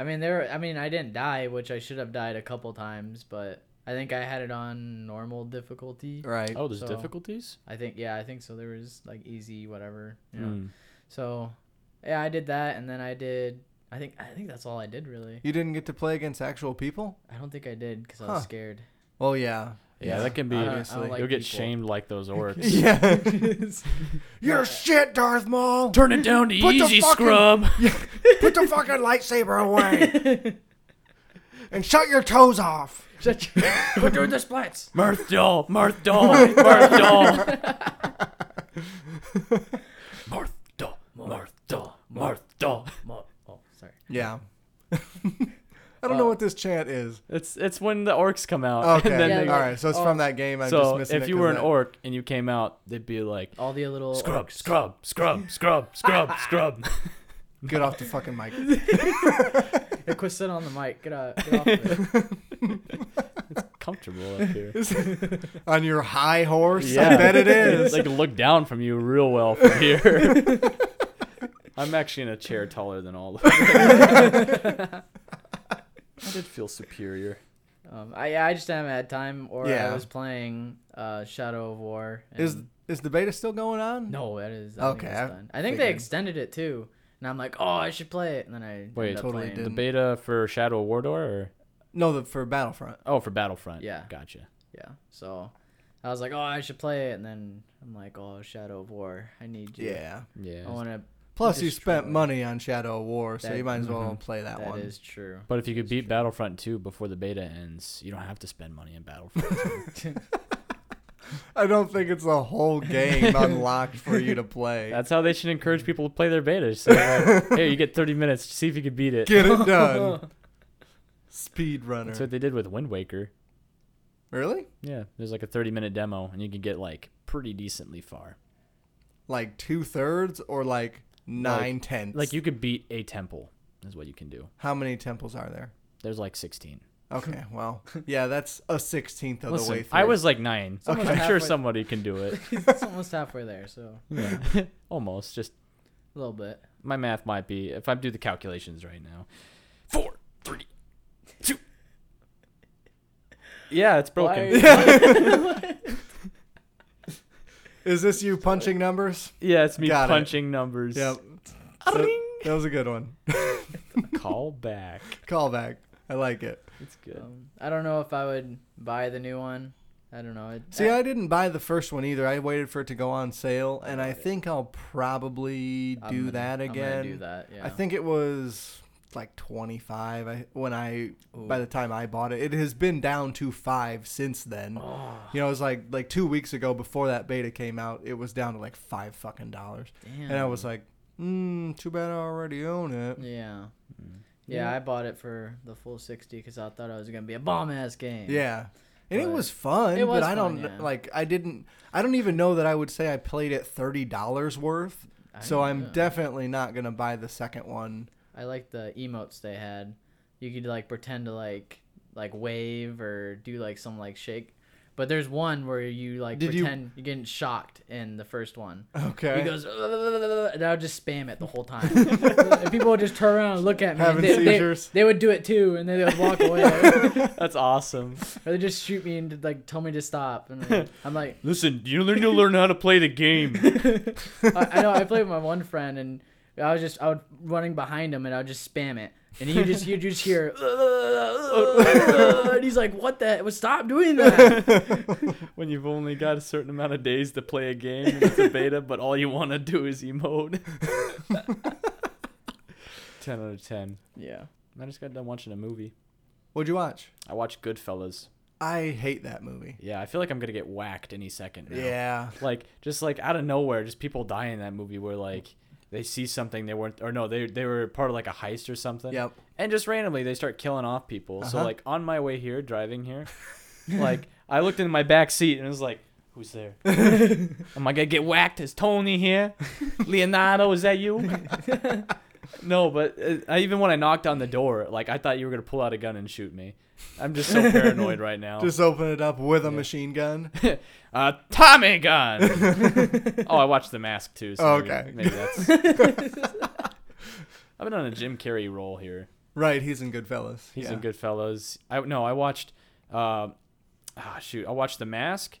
I mean, there. I mean, I didn't die, which I should have died a couple times, but I think I had it on normal difficulty. Right. Oh, there's So- difficulties. I think yeah, I think so. There was like easy, whatever. You know. Mm. So yeah, I did that, and then I did. I think I think that's all I did really. You didn't get to play against actual people? I don't think I did because I Huh. was scared. Well, yeah. Yeah, that can be. I don't- I You'll don't like get people. shamed like those orcs. Yeah. You're shit, Darth Maul. Turn it down to Put the easy, fucking- scrub. Put the fucking lightsaber away. and shut your toes off. Shut your- We're doing the splats. Marth Dahl. Marth Dahl. Marth Dahl. Marth Dahl. Marth Dahl. Marth Dahl. Mo- Oh, sorry. Yeah. I don't know what this chant is. It's it's when the orcs come out. Okay. And then Yeah, they, All right. So it's from that game. I'm just so missing if it you 'cause were an that- orc and you came out, they'd be like, All the little scrub, orcs. scrub, scrub, scrub, scrub, scrub. Get off the fucking mic. Hey, quit sitting on the mic. Get, out, get off of it. Comfortable up here. on your high horse. I bet it is. They can look down from you real well from here. I'm actually in a chair taller than all of you. I did feel superior. Um, I I just haven't had time, or Yeah. I was playing uh, Shadow of War. And is is the beta still going on? no, that is I Okay, Think I it's done. I think they figured. extended it too, and I'm like, oh, I should play it, and then I Wait, end up totally playing. did. The beta for Shadow of War Door or No, the, for Battlefront. oh for Battlefront. Yeah. Gotcha. Yeah, so I was like, oh, I should play it, and then I'm like, oh, Shadow of War, I need you. Yeah. Yeah. I want to. Plus, you spent Destroy. money on Shadow of War, so That- you might as well mm-hmm. play that, That is one. true. but if you could beat Battlefront 2 before the beta ends, you don't have to spend money in Battlefront. I don't think it's the whole game unlocked for you to play. That's how they should Mm. encourage people to play their betas. So, like, hey, you get 30 minutes. See if you can beat it. Get it done. Speedrunner. That's what they did with Wind Waker. really? Yeah, there's like a 30 minute demo, and you can get like pretty decently far. Like two thirds or like nine tenths? Like you could beat a temple, is what you can do. How many temples are there? There's like 16. Okay, well, yeah, that's a sixteenth of the way Listen, through. I was like nine. so Okay. I'm sure Halfway- somebody can do it. it's almost halfway there, so Almost. Just a little bit. my math might be if I do the calculations right now. Four, three, two. Yeah, it's broken. Is this you punching numbers? Yeah, it's me Got it. punching numbers. Yep. So- that was a good one. Call back. Callback. I like it. It's good. Um, I don't know if I would buy the new one. I don't know. It, See, I didn't buy the first one either. I waited for it to go on sale, and I think I'll probably do I'm gonna- that I'm gonna again. do that, yeah. I think it was like 25 I, when I by the time I bought it. It has been down to 5 since then. Oh. You know, it was like like 2 weeks ago before that beta came out, it was down to like 5 fucking dollars. And I was like, "Mm, too bad I already own it." Yeah. Mm. Yeah, I bought it for the full 60 because I thought it was going to be a bomb ass game. Yeah. And it But- was fun, It was but I fun, don't yeah. like I didn't I don't even know that I would say I played it $30 worth. so I'm yeah. definitely not going to buy the second one. I like the emotes they had. You could like pretend to like like wave or do like some like shake But there's one where you like Did you- pretend you... are getting shocked in the first one. Okay. He goes, "Ugh," and I would just spam it the whole time. and people would just turn around and look at me. Having and they, they- seizures. They, would do it too, and then they would walk away. or That's awesome. they just shoot me and like tell me to stop. And like, I'm like, Listen, you need to learn how to play the game. I, I know I played with my one friend and I was just I would running behind him and I would just spam it. And you just you just hear Uh, and he's like, What the well, stop doing that. when you've only got a certain amount of days to play a game and it's a beta, but all you want to do is emote. 10 out of 10. Yeah. I just got done watching a movie. What'd you watch? I watched Goodfellas. I hate that movie. Yeah, I feel like I'm gonna get whacked any second. Now. Yeah. like just like out of nowhere, just people die in that movie where like they see something they weren't, or no, they they were part of like a heist or something. Yep. And just randomly they start killing off people. So Uh-huh. like on my way here, driving here, like I looked in my back seat and it was like, who's there? Am I gonna get whacked? Is Tony here? Leonardo, is that you? no, but uh, I, even when I knocked on the door, like I thought you were gonna pull out a gun and shoot me. I'm just so paranoid right now. Just open it up with a machine gun. Uh, Tommy gun. oh, I watched The Mask too. So Oh, maybe- okay. Maybe, that's. I've been on a Jim Carrey roll here. Right, he's in Goodfellas. He's yeah. in Goodfellas. I no, I watched. Uh, ah, shoot, I watched The Mask.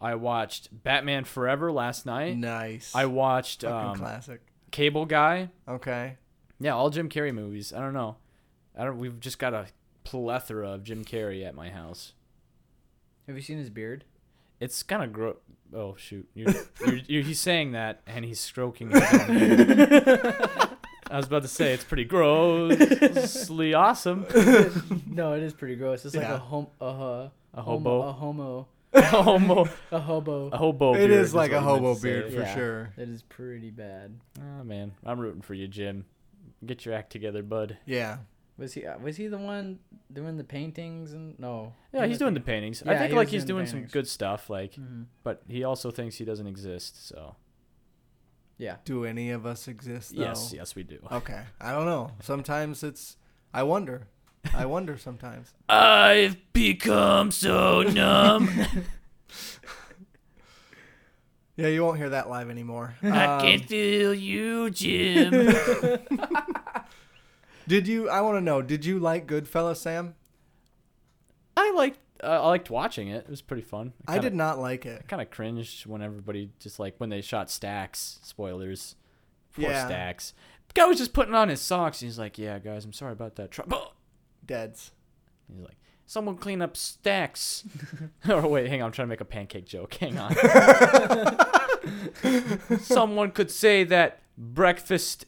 I watched Batman Forever last night. Nice. I watched Fucking um, classic. Cable Guy. Okay. Yeah, all Jim Carrey movies. I don't know. I don't. We've just got a plethora of Jim Carrey at my house. Have you seen his beard? It's kind of gross. Oh shoot! You're, you're, you're, he's saying that, and he's stroking. his own hair. I was about to say it's pretty grossly awesome. no, it is pretty gross. It's like Yeah. a hom a, uh, A homo- hobo. a homo A homo, a hobo. a hobo. It beard is like a what you meant hobo to say. beard for Yeah. sure. That is pretty bad. Oh man, I'm rooting for you, Jim. Get your act together, bud. Yeah. Was he uh, was he the one doing the paintings and no? Yeah, he's doing the paintings. I Yeah, think he like was he's doing the doing some paintings. good stuff, like, Mhm. but he also thinks he doesn't exist. Oh. So Yeah. Do any of us exist though? yes, yes, we do. Oh. Okay. I don't know. Sometimes it's I wonder. I wonder sometimes. I've become so numb. Yeah, you won't hear that live anymore. Um, feel you, Jim. Did you I want to know, did you like Goodfellas, Sam? I liked uh, I liked watching it. It was pretty fun. I did not like it. kind of cringed when everybody just like when they shot Stacks. Spoilers. Poor Yeah. Stacks. The guy was just putting on his socks. and He's like, "Yeah, guys, I'm sorry about that." Trouble. Deads. He's like, "Someone clean up Stacks." or wait, hang on. I'm trying to make a pancake joke. Hang on. Someone could say that breakfast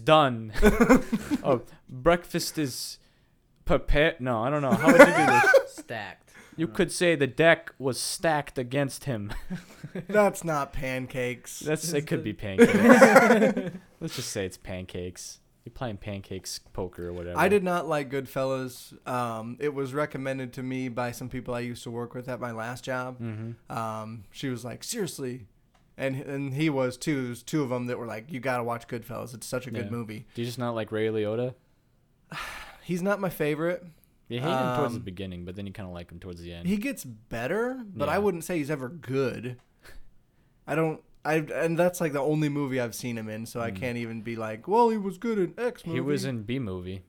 done. oh, breakfast is prepared. No, I don't know. How would you do this? Stacked. You could say the deck was stacked against him. That's not pancakes. That's it. Could be pancakes. Let's just say it's pancakes. You're playing pancakes poker or whatever. I did not like Goodfellas. Um, it was recommended to me by some people I used to work with at my last Hmm. job. Mm-hmm. Um, she was like, "Seriously," and and he was too. There's two of them that were like, "You gotta watch Goodfellas. It's such a good Yeah. movie." Do you just not like Ray Liotta? He's not my favorite. You hate him towards the Um, beginning, but then you kind of like him towards the end. He gets better, but I Yeah. wouldn't say he's ever good. I don't. I and that's like the only movie I've seen him in, so I can't even be like, "Well, he was good in X Hmm. He, movie." was in B movie,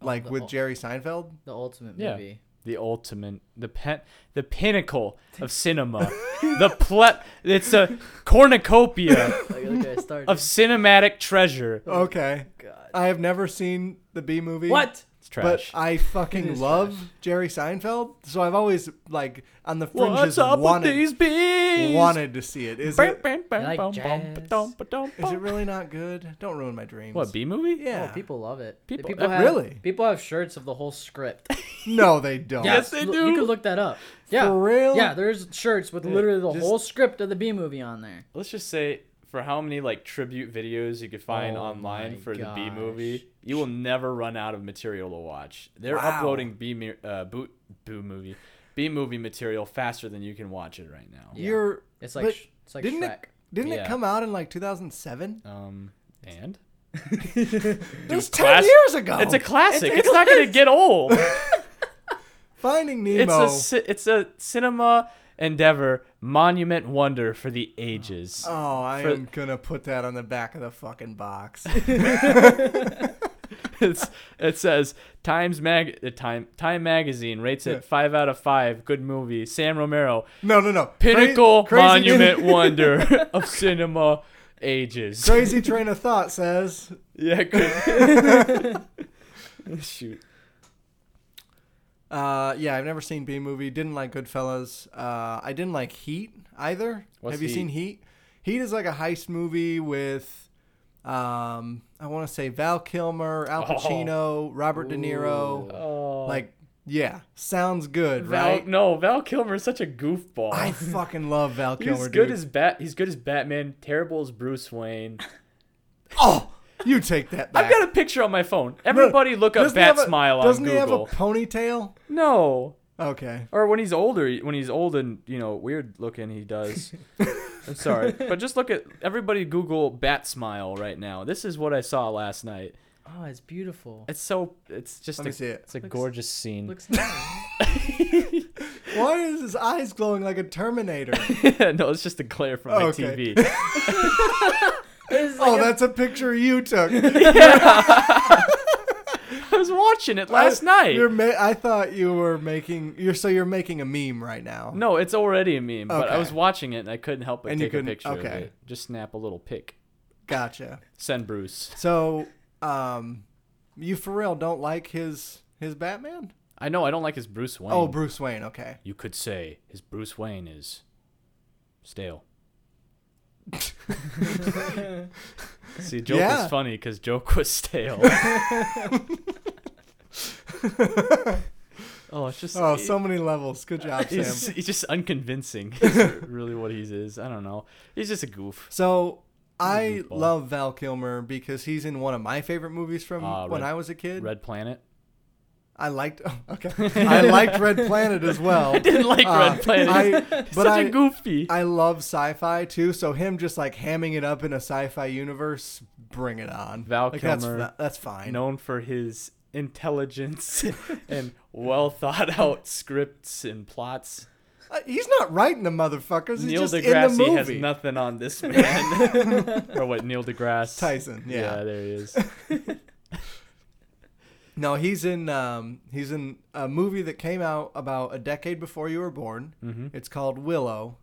like the- with Jerry Seinfeld. The ultimate Yeah. movie. the ultimate, the pen, the pinnacle of cinema, the ple. It's a cornucopia Like, look, I started. of cinematic treasure. Okay, God. I have never seen the B movie. What? It's trash. But uh, I fucking love Jerry Seinfeld, so I've always like on the fringes What's up with wanted these bees? wanted to see it. Is Bam, it bam, bam, like bam, bam, jazz? ba-dum, ba-dum, is it bum. really not good? Don't ruin my dreams. What B movie? Yeah. Oh, people love it. The People- people uh, have, really? People have shirts of the whole script. No, they don't. Yes, they Look, do. You could look that up. Yeah. For real? Yeah, there's shirts with literally the just- whole script of the B movie on there. Let's just say for how many like tribute videos you could find Oh online my for the B gosh. movie, you will never run out of material to watch. They're Wow. uploading B mi- uh, boot boo movie, B movie material faster than you can watch it right now. You're. It's like but sh- it's like didn't Shrek. it didn't Yeah. it come out in like 2007? Um and It was 10 class- years ago. it's a classic. It's, not gonna get old. Finding It's Nemo. a ci- it's a cinema endeavor monument wonder for the ages. oh, I for- am gonna put that on the back of the fucking box. it's, it says Times mag uh, Time Time magazine rates Yeah. it five out of five. Good movie. Sam Romero No, no, no. Cra- pinnacle Crazy- monument wonder of cinema ages. Crazy train of thought says yeah. good. Shoot. Uh, yeah, I've never seen B movie. Didn't like Goodfellas. Uh, I didn't like Heat either. What's Have you Heat? seen Heat? Heat is like a heist movie with, um, I want to say Val Kilmer, Al Oh. Pacino, Robert De Niro. Oh. Like, yeah, sounds good, Val, right? no, Val Kilmer is such a goofball. I fucking love Val he's Kilmer. good dude. as bat. He's good as Batman. Terrible as Bruce Wayne. oh, you take that back. I've got a picture on my phone. Everybody, look up Doesn't he have Bat a- Smile on Doesn't Google. he have a ponytail? no, Okay. or when he's older, when he's old and you know weird looking, he does. I'm sorry, but just look at everybody. Google Bat Smile right now. This is what I saw last night. Oh, it's beautiful. It's so. It's just. Let me a, see it. It's a gorgeous scene. Looks nice. Why is his eyes glowing like a Terminator? no, it's just a glare from my Okay. TV. It's oh, like a- that's a picture you took. I was watching it last I- night. You're ma- I thought you were making. You're so you're making a meme right now. No, it's already a meme, but I Okay. was watching it and I couldn't help but And you take a couldn't- picture of okay. it. Just snap a little pic. Gotcha. Send Bruce. So, um, you for real don't like his his Batman? I know I don't like his Bruce Wayne. Oh, Bruce Wayne. Okay. You could say his Bruce Wayne is stale. See, joke Yeah. was funny because joke was stale. oh, it's just Oh, so many levels. Good job, he's, Sam. he's just unconvincing. is really, what he is. I don't know. He's just a goof. So. I goofball. love Val Kilmer because he's in one of my favorite movies from Uh, when Red- I was a kid. Red Planet. I liked oh, okay. I liked Red Planet as well. I Didn't like Red Planet. Uh, I, He's but such I, a goofy. I love sci-fi too, so him just like hamming it up in a sci-fi universe, bring it on. Val like, Kilmer. That's, that's fine. known for his intelligence and well thought out scripts and plots. Uh, he's not writing the motherfuckers. He's Neil just in the deGrasse movie. has nothing on this man. or what, Neil deGrasse? Tyson. Yeah. Yeah, there he is. No, he's in um, he's in a movie that came out about a decade before you were born. Mm-hmm. It's called Willow,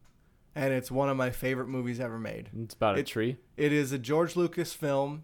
and it's one of my favorite movies ever made. It's about a It- tree. It is a George Lucas film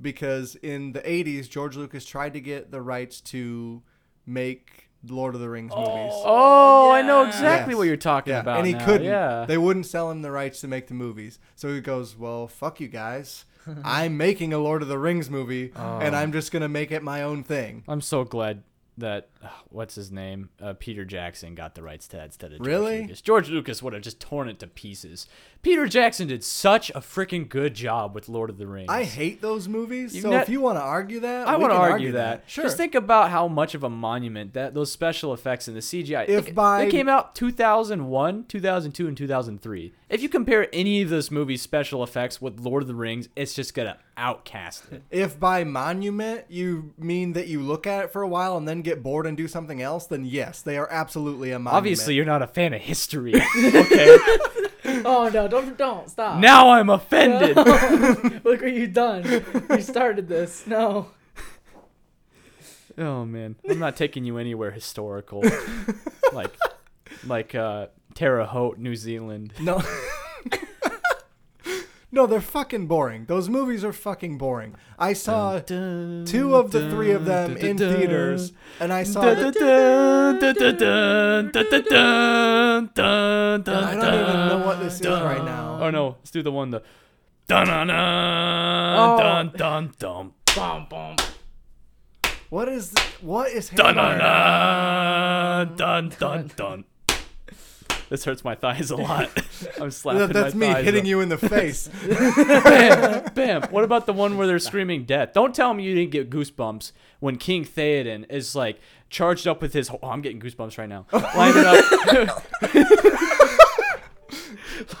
because in the 80s George Lucas tried to get the rights to make Lord of the Rings movies. Oh, I know exactly Yes. what you're talking Yeah, about. and he now. couldn't. Yeah. They wouldn't sell him the rights to make the movies. So he goes, "Well, fuck you guys. I'm making a Lord of the Rings movie, Oh. and I'm just gonna make it my own thing." I'm so glad that ugh, what's his name, uh, Peter Jackson, got the rights to that instead of Really? George Lucas. George Lucas would have just torn it to pieces. Peter Jackson did such a freaking good job with Lord of the Rings. I hate those movies. You so ne- if you want to argue that, I we want to can argue, that. Sure. Just think about how much of a monument that those special effects and the CGI. If they- by- they came out 2001, 2002, and 2003. If you compare any of those movies' special effects with Lord of the Rings, it's just gonna outcast it. if by monument you mean that you look at it for a while and then get bored and do something else, then yes, they are absolutely a monument. Obviously, you're not a fan of history. Okay. oh no! Don't don't stop. now I'm offended. Look what you've done. You started this. No. oh man, I'm not taking you anywhere historical, like, like uh, Terre Haute, New Zealand. No. no, they're fucking boring. Those movies are fucking boring. I saw two of the three of them in theaters, and I saw. Dun, dun, dun, dun, dun, dun, dun, dun, dun, dun, I don't even know dun. what this is right now. Oh no, let's do the one the. Dun dun Oh. dun dun dun dun Bum bum. What is what is dun happening? dun dun dun dun. This hurts my thighs a lot. I'm slapping That- That's my me thighs hitting up. you in the face. Bam, bam. What about the one where they're screaming death? Don't tell me you didn't get goosebumps when King Theoden is like charged up with his. Oh, I'm getting goosebumps right now. Lining up.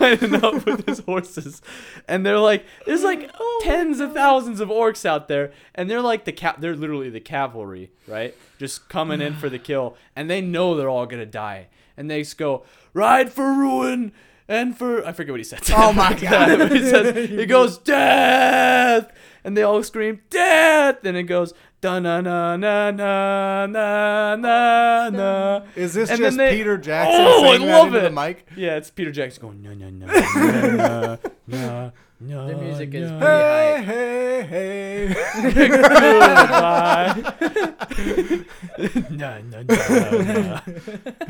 lining up with his horses, and they're like, there's like Oh tens of thousands of orcs out there, and they're like the ca- they're literally the cavalry, right? Just coming in for the kill, and they know they're all gonna die, and they just go ride for ruin. And for I forget what he said. Oh my God. But he says he goes death, and they all scream death, and it goes da na na na na na na na. Is this And then just they- Peter Jackson Oh, I saying love that into it. the mic? Yeah, it's Peter Jackson going na na na na na na. Their music is na, pretty- Hey, hey, hey. goodbye. na na na. na.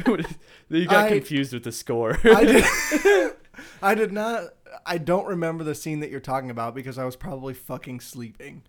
What is- you got I- confused with the score. I did, I did not. I don't remember the scene that you're talking about because I was probably fucking sleeping.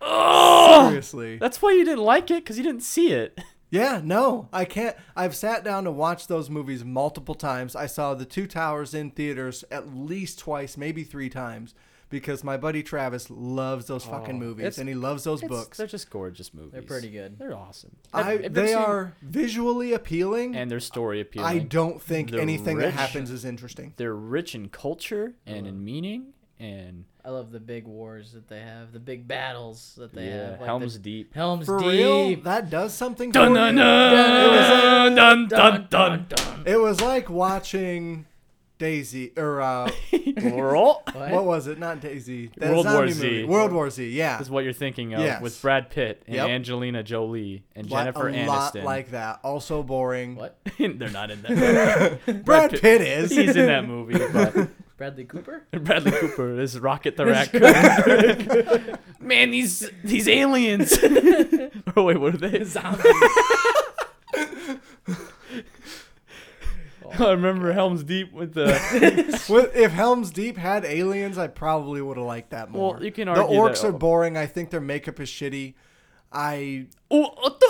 oh, Seriously. that's why you didn't like it because you didn't see it. Yeah, no, I can't. I've sat down to watch those movies multiple times. I saw The Two Towers in theaters at least twice, maybe three times, because my buddy Travis loves those fucking movies Oh, it's- and he loves those It's- books. They're just gorgeous movies. They're pretty good. They're awesome. I, Have you they seen- are visually appealing. and their story appealing. I don't think They're anything rich. that happens is interesting. They're rich in culture and Mm. in meaning and I love the big wars that they have, the big battles that they yeah, have. like Helm's the, Deep. Helms For Deep. real, that does something. Dun for dun you. dun dun dun Dun, dun. dun. It was like watching Daisy or uh, Roll What? what was it? Not Daisy. That World War zombie Z. movie. World War Z. Yeah, is what you're thinking of Yes. with Brad Pitt and Yep. Angelina Jolie and Lot- Jennifer a lot Aniston. like that. Also boring. What? They're not in that. Brad Pitt- Pitt is. He's in that movie, but Bradley Cooper? Bradley Cooper is Rocket the Raccoon. Man, these these aliens. oh wait, what are they? Zombies. I remember Helm's Deep with the. Well, if Helm's Deep had aliens, I probably would have liked that more. Well, you can the argue orcs that- are boring. I think their makeup is shitty. I Oh, what the-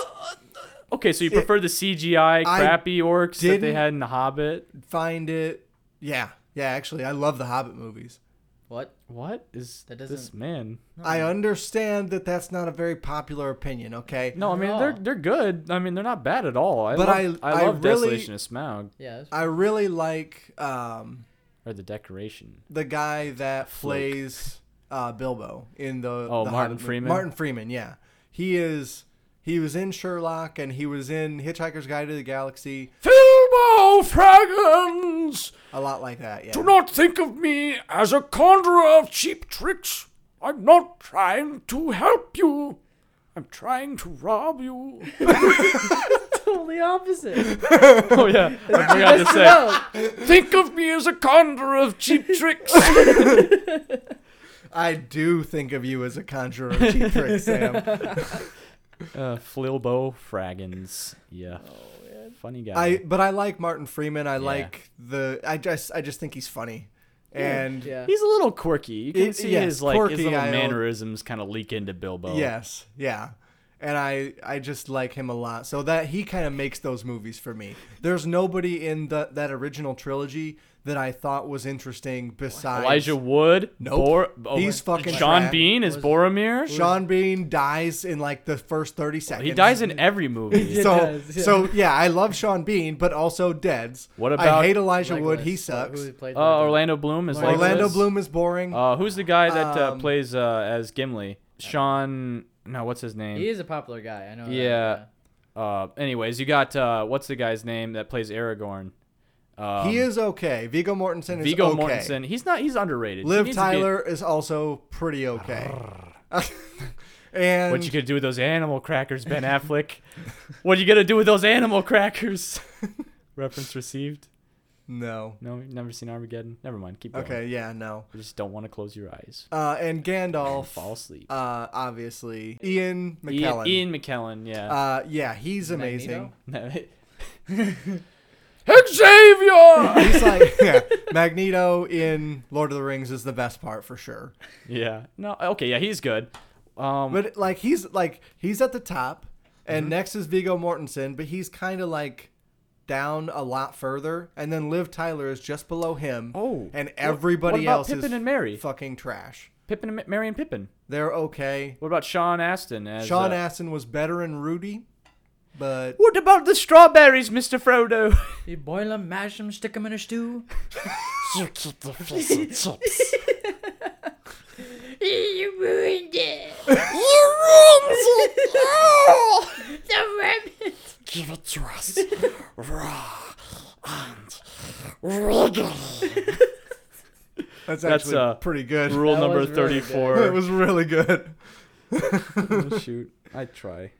Okay, so you prefer the CGI I crappy orcs that they didn't- had in The Hobbit? find it. Yeah, yeah. Actually, I love the Hobbit movies. What? What is That this doesn't- man? I understand that that's not a very popular opinion. Okay. No, I mean No. they're they're good. I mean they're not bad at all. I But love, I- I, I love really- Desolation of Smaug Yeah. I really like um, or the decoration. the guy that Flake. plays uh, Bilbo in the Oh, the Martin Hobbit movie. Freeman? Martin Freeman, yeah, he is. He was in Sherlock, and he was in Hitchhiker's Guide to the Galaxy. Bilbo Fraggins, A lot like that, yeah. not think of me as a conjurer of cheap tricks. I'm not trying to help you. I'm trying to rob you. totally opposite. Oh yeah, I forgot to say. No. Think of me as a conjurer of cheap tricks. I do think of you as a conjurer of cheap tricks, Sam. Uh, Flilbo Fraggins. Yeah. Funny guy. Oh, I but I like Martin Freeman. I like the. I just I just think he's funny, and Yeah. He's a little quirky. You can It- see yes, his like his quirky, little I- mannerisms kind of leak into Bilbo. yes, yeah. And I, I just like him a lot. So that he kind of makes those movies for me. There's nobody in the, that original trilogy that I thought was interesting besides Elijah Wood. Nope. Bor- oh, He's fucking Sean trash. Bean is Boromir. Sean Bean dies in like the first 30 seconds. he dies in every movie. Yeah. so, does, yeah. so yeah, I love Sean Bean, but also Deads. What I about- hate Elijah Wood. Legolas, He who- sucks. who played Uh, Legolas. Orlando Bloom is Legolas. Orlando Bloom is boring. Uh, who's the guy that uh, Um, plays uh, as Gimli? Sean. No, what's his name? He is a popular guy. I know. that, yeah. Uh, anyways, you got uh, what's the guy's name that plays Aragorn? Um, he is okay. Vigo Mortensen is Viggo okay. Mortensen. He's not. He's underrated. He Liv needs to be- Tyler is also pretty okay. and What you gonna do with those animal crackers, Ben Affleck? what you gonna do with those animal crackers? Reference received. no. No, you've never seen Armageddon. Never mind. Keep going. Okay, yeah, no. You just don't want to close your eyes. Uh, and Gandalf, Fall asleep. uh, obviously. Ian McKellen. Ian, Ian McKellen. Yeah. Uh, yeah, he's amazing. Xavier. He's like yeah, Magneto in Lord of the Rings is the best part for sure. yeah. No. Okay. Yeah, he's good. Um. But like he's like he's at the top, and Mm-hmm. next is Vigo Mortensen, but he's kind of like down a lot further, and then Liv Tyler is just below him. Oh, and what- everybody what about else is Pippin and Mary? fucking trash. Pippin and Ma- Marion Pippin. They're okay. What about Sean Astin as Sean uh, Astin was better in Rudy. But What about the strawberries, Mr. Frodo? You boil 'em, mash 'em, stick 'em in a stew. You ruined it. you ruined it. Oh, the rabbit. Give it to us raw and wriggle. that's That's, actually uh, pretty good. Rule That number was really good. it 34. was really good. Oh, shoot. I try.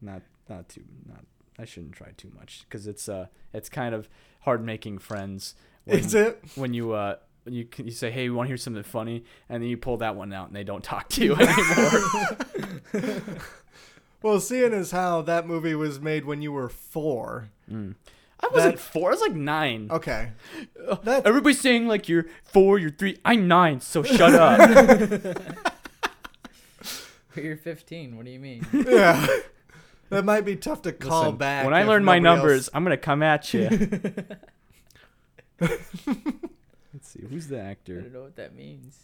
Not not too not I shouldn't try too much cuz it's uh it's kind of hard making friends. when- Is it? when you uh when you you say hey you want to hear something funny and then you pull that one out and they don't talk to you anymore Well, seeing as how that movie was made when you were four. i wasn't four i was like nine Okay. That everybody's saying like you're four you're three i'm nine so shut up You're 15. What do you mean? yeah. That might be tough to call Listen, back. when i if learn my nobody numbers else- i'm gonna come at you let's see who's the I actor don't know what that means.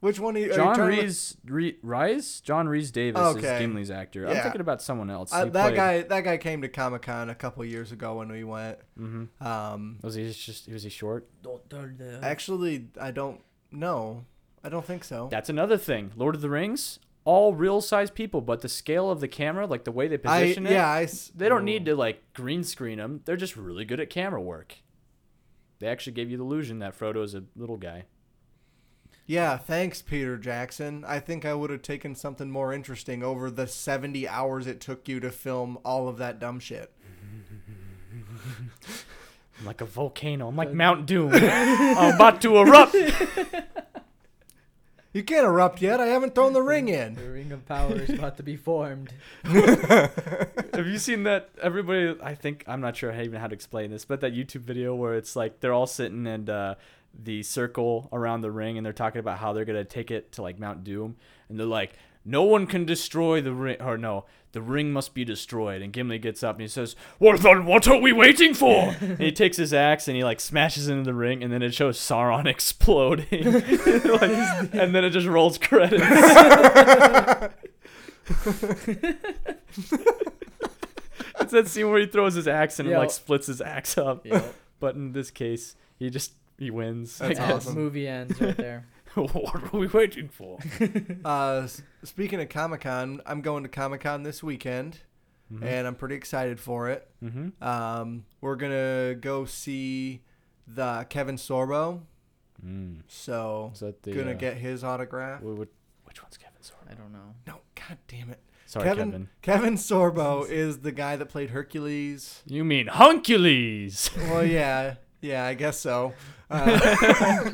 Which one are you, are you John trying to- Reese Re, Rise? John Reese Davis Okay. is Gimli's actor. I'm Yeah. thinking about someone else. Uh, He that played- guy, that guy came to Comic Con a couple years ago when we went. Mm-hmm. Um, was he just was he short? Don't turn the. actually, I don't know. I don't think so. That's another thing. Lord of the Rings, all real size people, but the scale of the camera, like the way they I position it, yeah, I s- they don't need to like green screen them. They're just really good at camera work. They actually gave you the illusion that Frodo is a little guy. yeah. Thanks, Peter Jackson. I think I would have taken something more interesting over the seventy hours it took you to film all of that dumb shit. I'm like a volcano. I'm like Mount Doom. I'm about to erupt. You can't erupt yet. I haven't thrown the ring in. The ring of power is about to be formed. Have you seen that? Everybody, I think I'm not sure how even how to explain this, but that YouTube video where it's like they're all sitting and uh, the circle around the ring, and they're talking about how they're gonna take it to like Mount Doom, and they're like, "No one can destroy the ring," or "No, the ring must be destroyed." And Gimli gets up and he says, "Well then, what are we waiting for?" and he takes his axe and he like smashes into the ring, and then it shows Sauron exploding, Like, and then it just rolls credits. Uh, It's that scene where he throws his axe and it, Yeah. like splits his axe up. Yep. But in this case, he just he wins. That's I guess. awesome. Movie ends right there. what are we waiting for? Uh, s- speaking of Comic Con, I'm going to Comic Con this weekend, and I'm pretty excited for it. Mm-hmm. Um, we're gonna go see the Kevin Sorbo, Mm. so Is that the gonna uh, get his autograph. wh- wh- which one's Kevin Sorbo? I don't know. No, god damn it, Uh, Sorry, Kevin. Kevin Sorbo is the guy that played Hercules. You mean Huncules? Well, yeah, yeah, I guess so. Uh,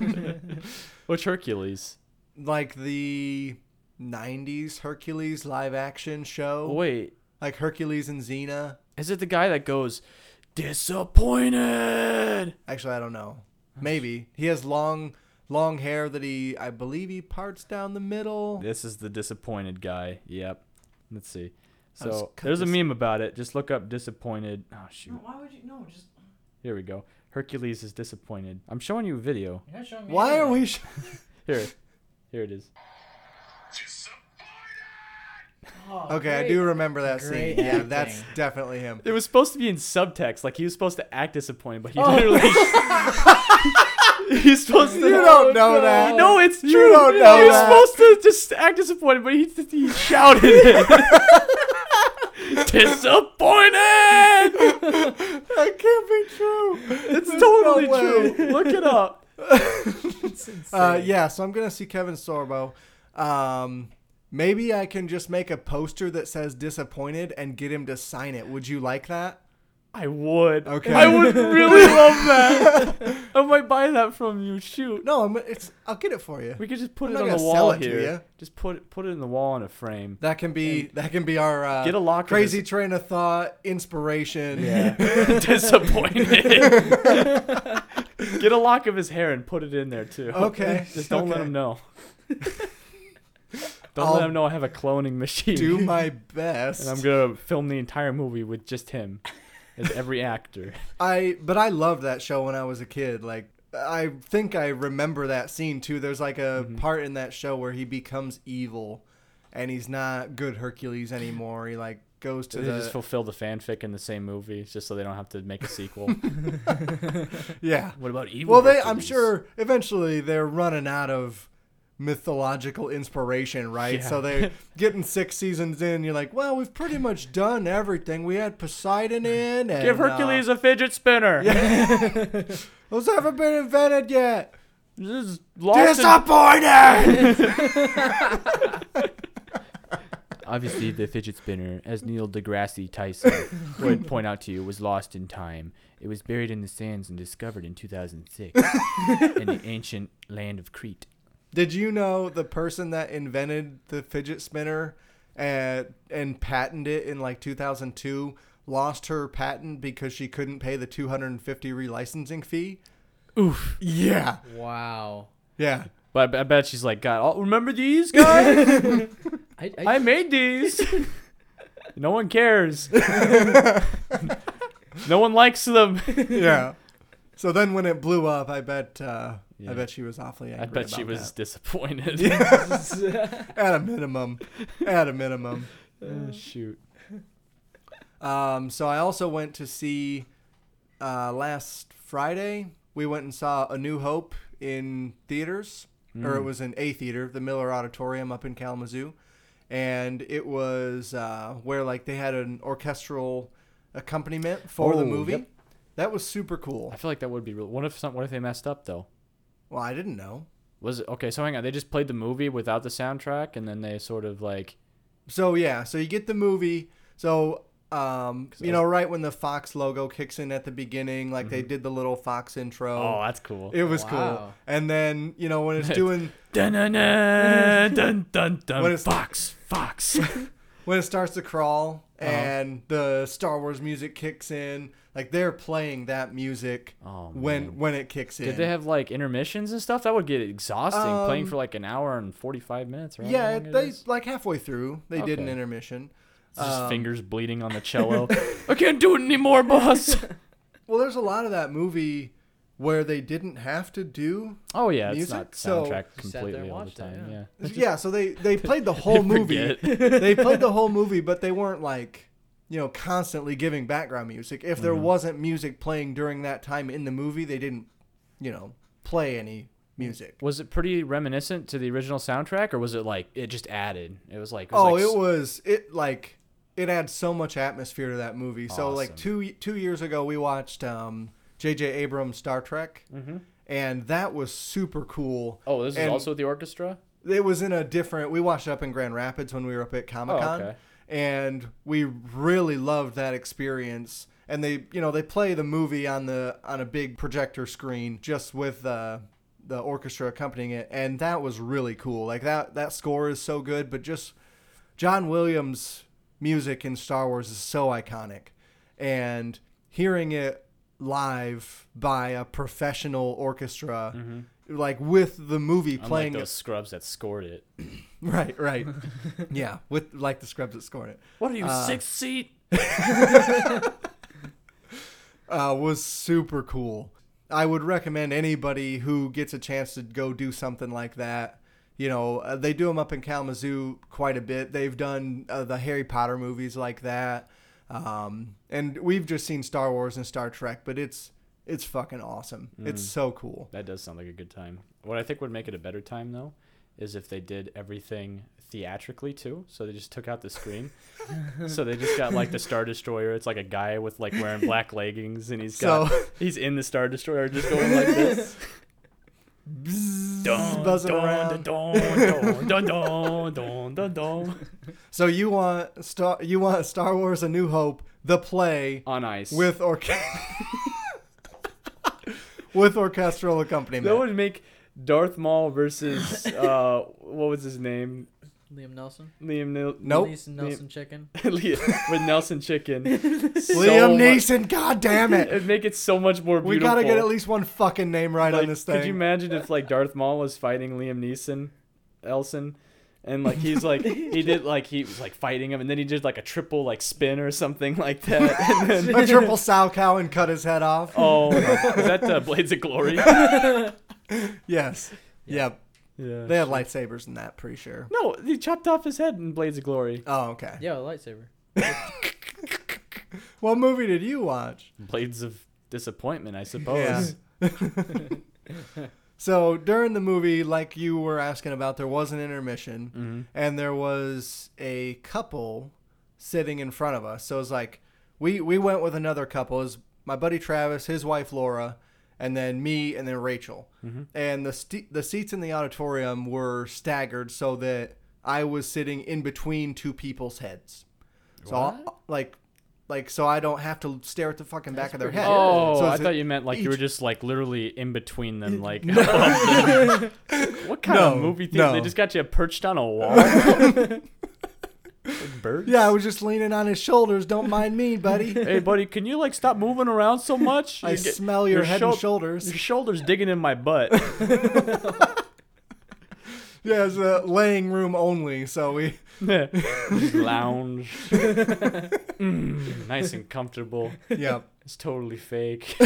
Which Hercules? like the '90s Hercules live action show, Oh, Wait, like Hercules and Xena. is it the guy that goes disappointed? Actually, I don't know. Maybe he has long, long hair that he, I believe, he parts down the middle. This is the disappointed guy. Yep. Let's see. I was So cut there's a this- meme about it. Just look up disappointed. Oh shoot. Why would you? No, just. Here we go. Hercules is disappointed. I'm showing you a video. You're not showing me Why are anything. we? Sh- Here. Here it is. Oh, Okay, I great. do remember that Great scene. Yeah, that's acting. definitely him. It was supposed to be in subtext, like he was supposed to act disappointed, but he literally. he's supposed to. Oh. You don't know that. No, it's true. You don't know he was that. supposed to just act disappointed, but he he shouted it. disappointed. that can't be true. It's There's no totally way. true. Look it up. Uh, yeah, so I'm gonna see Kevin Sorbo. Um, maybe I can just make a poster that says disappointed and get him to sign it. Would you like that? I would. Okay. I would really love that. I might buy that from you. Shoot. No, I'm, it's. I'll get it for you. We could just put I'm it not on the gonna sell wall it to here. you. Just put it, put it in the wall in a frame. That can be. That can be our uh, Get a locker Crazy that's- train of thought, inspiration. Disappointed. Get a lock of his hair and put it in there too. Okay. Just don't let okay. him know. don't I'll let him know I have a cloning machine. Do my best. and I'm gonna film the entire movie with just him as every actor. I but I loved that show when I was a kid. Like I think I remember that scene too. There's like a Mm-hmm. part in that show where he becomes evil and he's not good Hercules anymore. He like goes to They the just fulfill the fanfic in the same movie just so they don't have to make a sequel. yeah. what about evil? Well, they I'm Hercules? sure eventually they're running out of mythological inspiration, right? So they're getting six seasons in. You're like, well, we've pretty much done everything. We had Poseidon in. And, Give Hercules a fidget spinner. Uh, those haven't been invented yet. This is lost in- Disappointed. Obviously, the fidget spinner, as Neil deGrasse Tyson would point out to you, was lost in time. It was buried in the sands and discovered in 2006 in the ancient land of Crete. Did you know the person that invented the fidget spinner and, and patented it in like 2002 lost her patent because she couldn't pay the 250 relicensing fee? Oof. Yeah. Wow. Yeah. But I I bet she's like, God, all, remember these guys? I, I, I made these. No one cares. no one likes them. yeah. So then when it blew up, I bet uh, Yeah. I bet she was awfully angry. I bet she about was disappointed. that. at a minimum, at a minimum. Oh, shoot. Um, so I also went to see uh, last Friday. We went and saw A New Hope in theaters, or it Hmm. was in a theater, the Miller Auditorium up in Kalamazoo, and it was uh, where like they had an orchestral accompaniment for the Oh, movie. yep. That was super cool. I feel like that would be real. What if some, What if they messed up though? Well, I didn't know. Was it okay? So hang on, they just played the movie without the soundtrack, and then they sort of like So yeah, so you get the movie. So um, you know, right when the Fox logo kicks in at the beginning, like they did the little Fox intro. Mm-hmm. Oh, that's cool. it was cool. Wow. And then you know when it's doing Dun dun dun dun dun. dun. What is- Fox, Fox. when it starts to crawl Uh-huh. and the Star Wars music kicks in, like they're playing that music Oh, when when it kicks in. Did they have like intermissions and stuff? That would get exhausting. playing Um, for like an hour and forty-five minutes, right? yeah, it they is. like halfway through they did an Okay. intermission. It's just Um, fingers bleeding on the cello. I can't do it anymore, boss. Well, there's a lot of that movie where they didn't have to do oh yeah, it's Music? not So- soundtrack Just sat there completely and all the watched it, time. yeah. yeah. yeah, so they they played the whole movie. forget. they played the whole movie, but they weren't like you know constantly giving background music. If Mm-hmm. there wasn't music playing during that time in the movie, they didn't you know play any music. Was it pretty reminiscent to the original soundtrack, or was it like it just added? It was like it was Oh, like s- it was it like it adds so much atmosphere to that movie. So like Awesome. two two years ago, we watched um J.J. Abrams Star Trek, and that was super cool. Mm-hmm. Oh, this is And- also the orchestra. it was in a different we watched it up in grand rapids when we were up at comic-con Oh, okay. and we really loved that experience and they you know they play the movie on the on a big projector screen just with uh, the orchestra accompanying it and that was really cool like that that score is so good but just john williams music in star wars is so iconic and hearing it live by a professional orchestra like with the movie Unlike playing Mm-hmm. those scrubs that scored it. Right, right. yeah, with like the scrubs that scored it. What are you sixth seat? Uh, was super cool. I would recommend anybody who gets a chance to go do something like that. You know, uh, they do them up in Kalamazoo quite a bit. They've done uh, the Harry Potter movies like that. Um, and we've just seen Star Wars and Star Trek, but it's it's fucking awesome. It's so cool. That does sound like a good time. What I think would make it a better time though is if they did everything theatrically too. So they just took out the screen. so they just got like the Star Destroyer. It's like a guy with like wearing black leggings and he's got So- he's in the Star Destroyer just going like this. Dun, buzzing dun, around. dun, dun, dun, dun, dun, dun, dun. So you want Star you want Star Wars A New Hope the play On ice. with orchestra with orchestral accompaniment. that would make Darth Maul versus uh what was his name? Liam Nelson. Liam Nil- Nope. Liam Nelson chicken. Liam- with Nelson Chicken. Liam Liam Neeson, god damn it. It'd make it so much more beautiful. We gotta get at least one fucking name right like, on this Could you thing. imagine if like Darth Maul was fighting Liam Neeson, Elson, and like he's like he did like he was like fighting him, and then he did like a triple like spin or something like that. And then, A triple sow cow and cut his head off. oh, is that uh, Blades of Glory? Yes. Yep. Yeah. They had lightsabers in that, pretty sure. no, he chopped off his head in Blades of Glory. Oh, okay. Yeah, a lightsaber. What movie did you watch? Blades of disappointment, I suppose. so during the movie, like you were asking about, there was an intermission, Mm-hmm. and there was a couple sitting in front of us. So it's like we we went with another couple. It was my buddy Travis, his wife Laura, and then me, and then Rachel. Mm-hmm. And the st- the seats in the auditorium were staggered so that I was sitting in between two people's heads. So I, like. Like so, I don't have to stare at the fucking back of their head. Oh, So I it's- thought you meant like you were just like literally in between them, like. what kind No, of movie theater? They no. just got you perched on a wall. Like Birds. Yeah, I was just leaning on his shoulders. Don't mind me, buddy. Hey, buddy, can you like stop moving around so much? I You get- smell your, head shoul- and shoulders. Your shoulders digging in my butt. Yeah, it's a laying room only, so we. Lounge. Mm, nice and comfortable. Yeah. It's totally fake.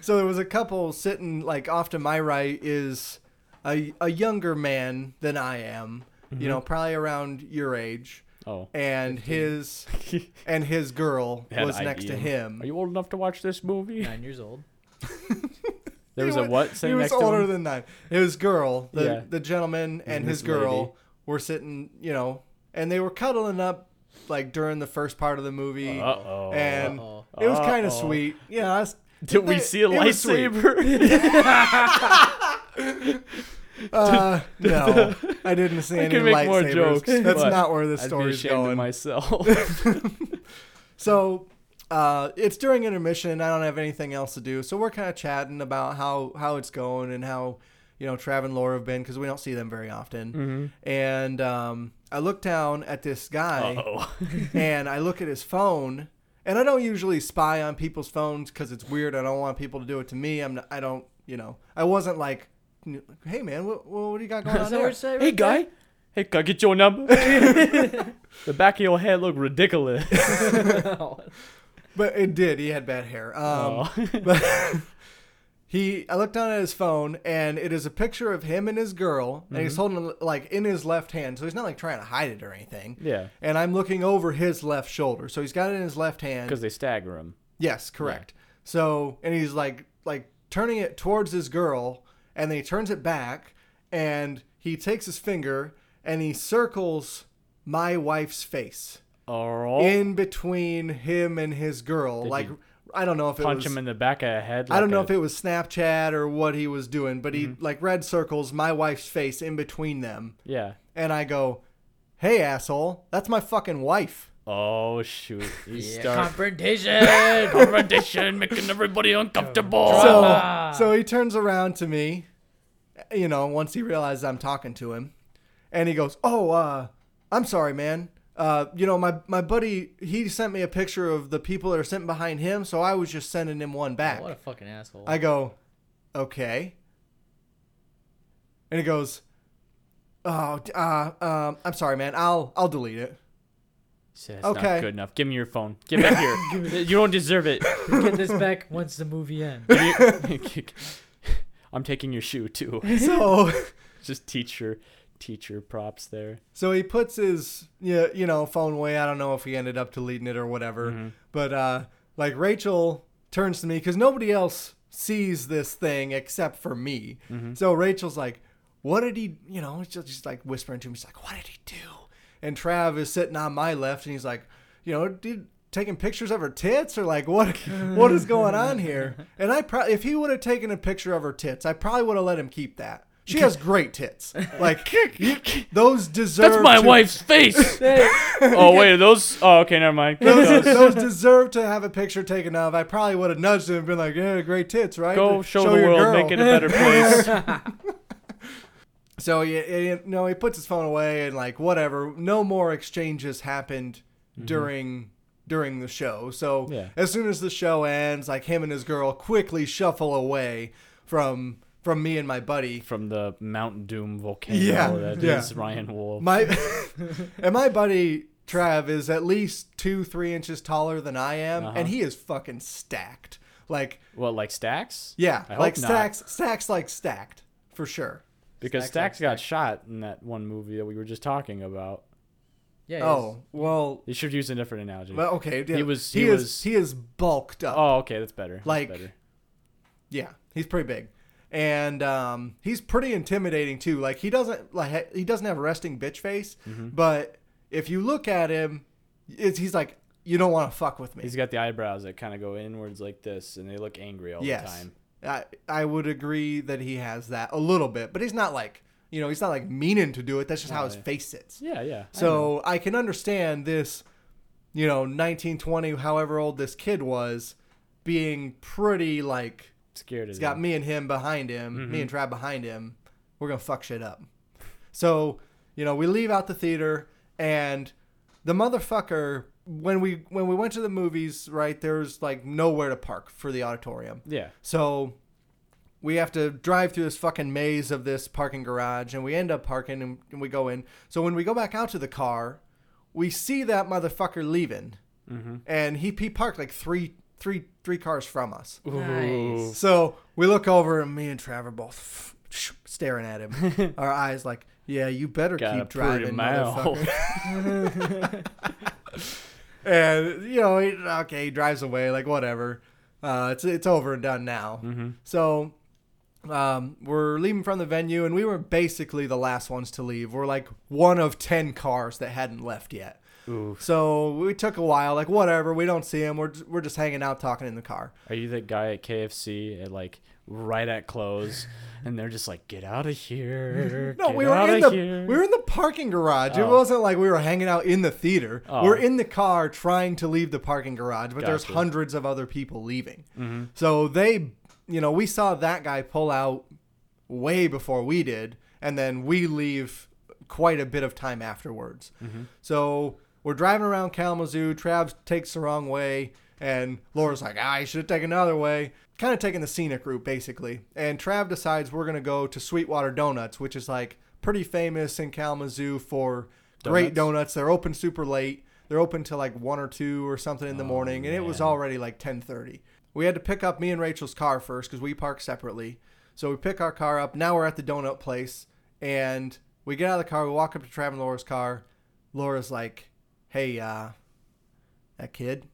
So there was a couple sitting like off to my right is a a younger man than I am. You Mm-hmm. know, probably around your age, Oh. and his and his girl Had was ID next to in- him. Are you old enough to watch this movie? Nine years old. There He was a wa- what He sitting was next older to him? than nine. His girl, the Yeah. the gentleman, and And his this girl lady. were sitting, you know, and they were cuddling up like during the first part of the movie, Uh-oh. and Uh-oh. it was kind of Uh-oh. sweet. You know, I was- Did we they- see a it was sweet. lightsaber? Uh, no, I didn't see any could make more lightsabers. jokes, That's but not where the I'd be story's ashamed going. of myself. So uh, it's during intermission. I don't have anything else to do, so we're kind of chatting about how how it's going and how you know Trav and Laura have been because we don't see them very often. Mm-hmm. And um, I look down at this guy, oh. and I look at his phone. And I don't usually spy on people's phones because it's weird. I don't want people to do it to me. I'm not, I don't you know I wasn't like, hey man, what what do you got going on Is that what there? it say Hey right there? guy, hey, can I get your number? the back of your head look ridiculous. But it did. He had bad hair. Um, Oh. but he, I looked down at his phone, and it is a picture of him and his girl, and he's Mm-hmm. holding it, like in his left hand, so he's not like trying to hide it or anything. Yeah. And I'm looking over his left shoulder, so he's got it in his left hand. Because they stagger him. Yes, correct. So, and he's like like turning it towards his girl, and then he turns it back, and he takes his finger and he circles my wife's face Or in between him and his girl. like Oh. he I don't know if it punch was, him in the back Mm-hmm. of the head. I don't like know a- if it was Snapchat or what he was doing, but he like red circles my wife's face in between them, Yeah. and I go, "Hey asshole, that's my fucking wife." Oh shoot. You Yeah, start confrontation. confrontation, making everybody uncomfortable. So so he turns around to me, you know, once he realizes I'm talking to him, and he goes, "Oh, uh, I'm sorry, man." Uh, you know, my, my buddy, he sent me a picture of the people that are sitting behind him, so I was just sending him one back. what a fucking asshole. I go, okay. And he goes, oh, d- uh, um, I'm sorry, man. I'll I'll delete it. Said, it's Okay. not good enough. Give me your phone. Get back here. you don't deserve it. Get this back once the movie ends. I'm taking your shoe too. So Just teacher, teacher props there. so he puts his yeah you know phone away. I don't know if he ended up deleting it or whatever. But uh, like Rachel turns to me because nobody else sees this thing except for me. Mm-hmm. So Rachel's like, what did he? You know, she's just like whispering to me. She's like, what did he do? and Trav is sitting on my left, and he's like, you know, dude, taking pictures of her tits, or like, what, what is going on here? And I probably, if he would have taken a picture of her tits, I probably would have let him keep that. She has great tits, like you- those deserve. That's my to- wife's face. oh wait, are those. Oh okay, never mind. Keep Those, those. those deserve to have a picture taken of. I probably would have nudged him and been like, "Yeah, great tits, right? Go show, the your world, girl." make it a better place. So yeah, you know, he puts his phone away and like whatever. No more exchanges happened during during the show. So Mm-hmm. Yeah. as soon as the show ends, like him and his girl quickly shuffle away from from me and my buddy. From the Mount Doom volcano Yeah, that yeah. is Ryan Wolf. My and my buddy Trav is at least two three inches taller than I am, Uh-huh. and he is fucking stacked. Like what, like Stacks? yeah, I like hope not. stacks stacks like stacked for sure. Because Stacks like Stacks got shot in that one movie that we were just talking about. Yeah. he was- Oh well, You should use a different analogy. well, okay. yeah, He was- He, he is. was- He is bulked up. oh, okay, that's better. That's Like- better. Yeah, he's pretty big, and um, he's pretty intimidating too. Like he doesn't like ha- he doesn't have a resting bitch face, Mm-hmm. but if you look at him, it's, he's like you don't want to fuck with me. he's got the eyebrows that kind of go inwards like this, and they look angry all the yes, time. I I would agree that he has that a little bit, but he's not like you know he's not like meaning to do it. That's just how his face sits. Yeah, yeah. I know. So I can understand this, you know, 1920, however old this kid was, being pretty like scared as He's got me and him behind him, Mm-hmm. me and Trav behind him. We're gonna fuck shit up. So, you know, we leave out the theater and the motherfucker when we when we went to the movies, right, there's like nowhere to park for the auditorium. Yeah. So we have to drive through this fucking maze of this parking garage and we end up parking and, and we go in. So when we go back out to the car, we see that motherfucker leaving. Mm-hmm. And he, he parked like three three three cars from us. Nice. So we look over, and me and Trevor both staring at him. Our eyes like, yeah, you better Got a keep pretty driving, mouth. motherfucker. And you know, he, okay, he drives away, like whatever. Uh, it's it's over and done now. So um, we're leaving from the venue, and we were basically the last ones to leave. We're like one of ten cars that hadn't left yet. So we took a while, like whatever. We don't see him. We're we're just hanging out, talking in the car. Are you that guy at KFC at like right at close, and they're just like, "Get out of here!" No, get we were outta in the here." we were in the parking garage. It Oh. wasn't like we were hanging out in the theater. Oh. We're in the car trying to leave the parking garage, but there's Gotcha. Mm-hmm. hundreds of other people leaving. So they, you know, we saw that guy pull out way before we did, and then we leave quite a bit of time afterwards. So we're driving around Kalamazoo. Trav takes the wrong way, and Laura's like, ah, I should have taken another way. Kind of taking the scenic route, basically. And Trav decides we're going to go to Sweetwater Donuts, which is like pretty famous in Kalamazoo for great donuts. They're open super late. They're open till like one or two or something in the morning, and it was already like ten thirty. We had to pick up me and Rachel's car first because we parked separately. So we pick our car up. Now we're at the donut place, and we get out of the car. We walk up to Trav and Laura's car. Laura's like, "Hey, uh, that kid,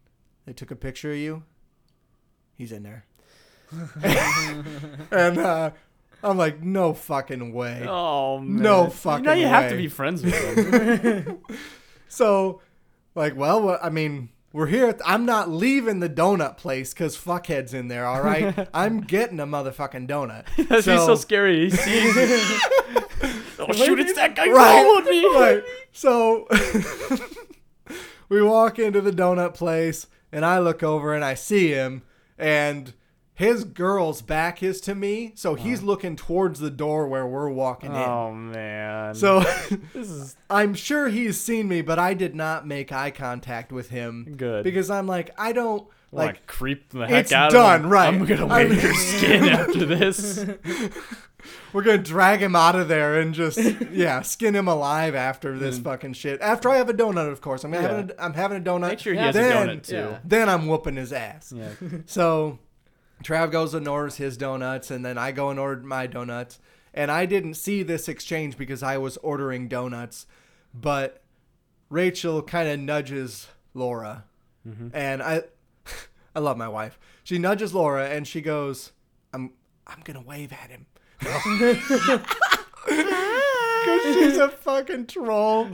they took a picture of you. He's in there." and uh, I'm like, "No fucking way." Oh man. No You fucking know you have to way. be friends with them. So, like, well, what- I mean, we're here. At I'm not leaving the donut place because fuckheads in there. All right, I'm getting a motherfucking donut. That'd be so scary. He sees. you. oh shoot! It's that guy Right, followed me. right. So we walk into the donut place, and I look over and I see him, and his girl's back is to me, so he's looking towards the door where we're walking in. Uh-huh. Oh man. So this is I'm sure he's seen me, but I did not make eye contact with him. Good. Because I'm like, I don't like like creep the heck it's out done, of him. right. I'm gonna I wear mean- your skin after this. We're gonna drag him out of there and just yeah, skin him alive after this fucking shit. After I have a donut, of course. I'm gonna have Mm. Yeah. a, I'm having a donut. Make sure he has then, a donut too. yeah. Then I'm whooping his ass. Yeah. So Trav goes and orders his donuts, and then I go and order my donuts. And I didn't see this exchange because I was ordering donuts, but Rachel kind of nudges Laura, and I, I love my wife. She nudges Laura and she goes, "I'm I'm gonna wave at him." 'Cause she's a fucking troll,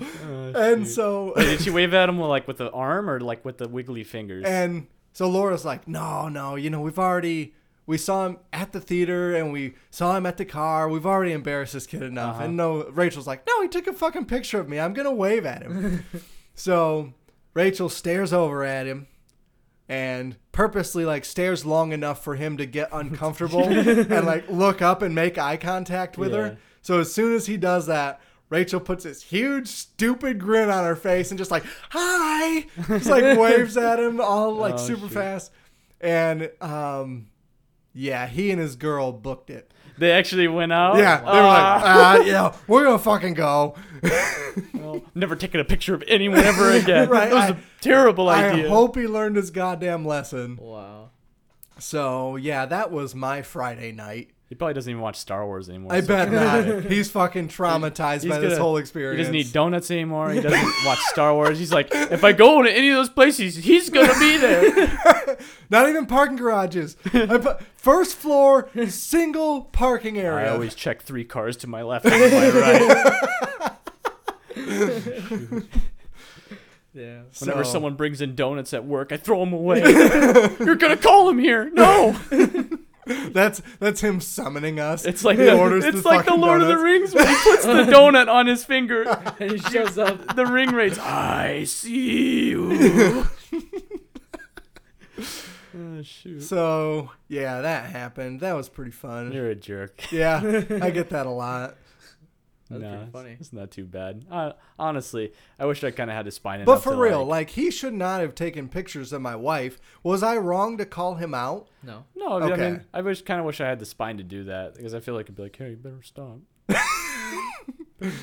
and so Did she wave at him like with the arm or like with the wiggly fingers? And so Laura's like, no, no, you know, we've already we saw him at the theater and we saw him at the car. We've already embarrassed this kid enough. And no, Rachel's like, no, he took a fucking picture of me. I'm gonna wave at him. so Rachel stares over at him and purposely like stares long enough for him to get uncomfortable and like look up and make eye contact with Yeah. her. So as soon as he does that, Rachel puts this huge stupid grin on her face and just like hi, just like waves at him all like Oh, super shoot. fast, and um, yeah, he and his girl booked it. they actually went out. yeah, they were like, uh, yeah, we're gonna fucking go. Well, never taking a picture of anyone ever again. Right, that was I- a terrible I idea. hope he learned his goddamn lesson. Wow. So yeah, that was my Friday night. He probably doesn't even watch Star Wars anymore. I so bet he doesn't not. He's fucking traumatized He's by this gonna- whole experience. He doesn't eat donuts anymore. He doesn't watch Star Wars. He's like, if I go to any of those places, he's gonna be there. Not even parking garages. I put first floor, single parking I area. always check three cars to my left and to my right. Yeah. Whenever So- someone brings in donuts at work, I throw them away. You're gonna call him here. No, That's that's him summoning us. it's like He the, orders it's the like the fucking Lord of the donuts. Rings when he puts the donut on his finger. And he shows up. The ring rates. I see you. oh shoot. So yeah, that happened. That was pretty fun. You're a jerk. yeah, I get that a lot. That's no, pretty it's- funny. It's, not too bad. Uh, honestly, I wish I kind of had a spine. But enough for to, real, like- like he should not have taken pictures of my wife. Was I wrong to call him out? No. No, I Okay. mean, I wish kind of wish I had the spine to do that because I feel like I'd be like, hey, you better stop. Better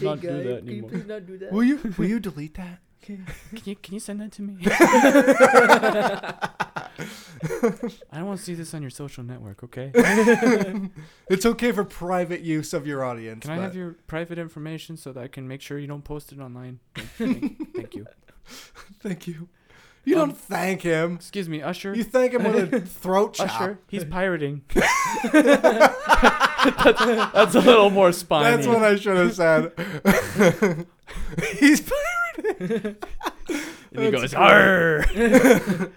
not do that anymore. Can not do that? Will you will you delete that? you can you send that to me? I don't want to see this on your social network, okay? Can It's okay for private use of your audience. I but- have your private information so that I can make sure you don't post it online? Thank, thank you. Thank you. You Um, don't thank him. Excuse me, Usher. You thank him with a throat chop. Usher, he's pirating. that's, that's a little more spiny. That's what I should have said. He's pirated. and he goes, Arr!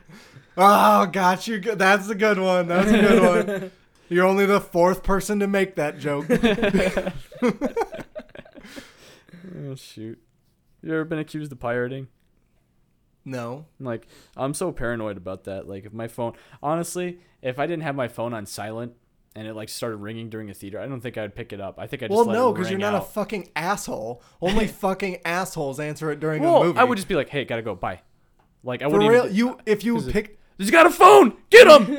Oh, got you. Good- That's a good one. That's a good one. You're only the fourth person to make that joke. Oh shoot! You ever been accused of pirating? No. Like I'm so paranoid about that. Like if my phone, honestly, if I didn't have my phone on silent and it like started ringing during a theater, I don't think I would pick it up. I think I just Well, let no, because because you're not a fucking asshole. Only fucking assholes answer it during well, a movie. I would just be like, hey, gotta go, bye. Like I for wouldn't. real. Even, You if you it- picked, he's got a phone. Get him.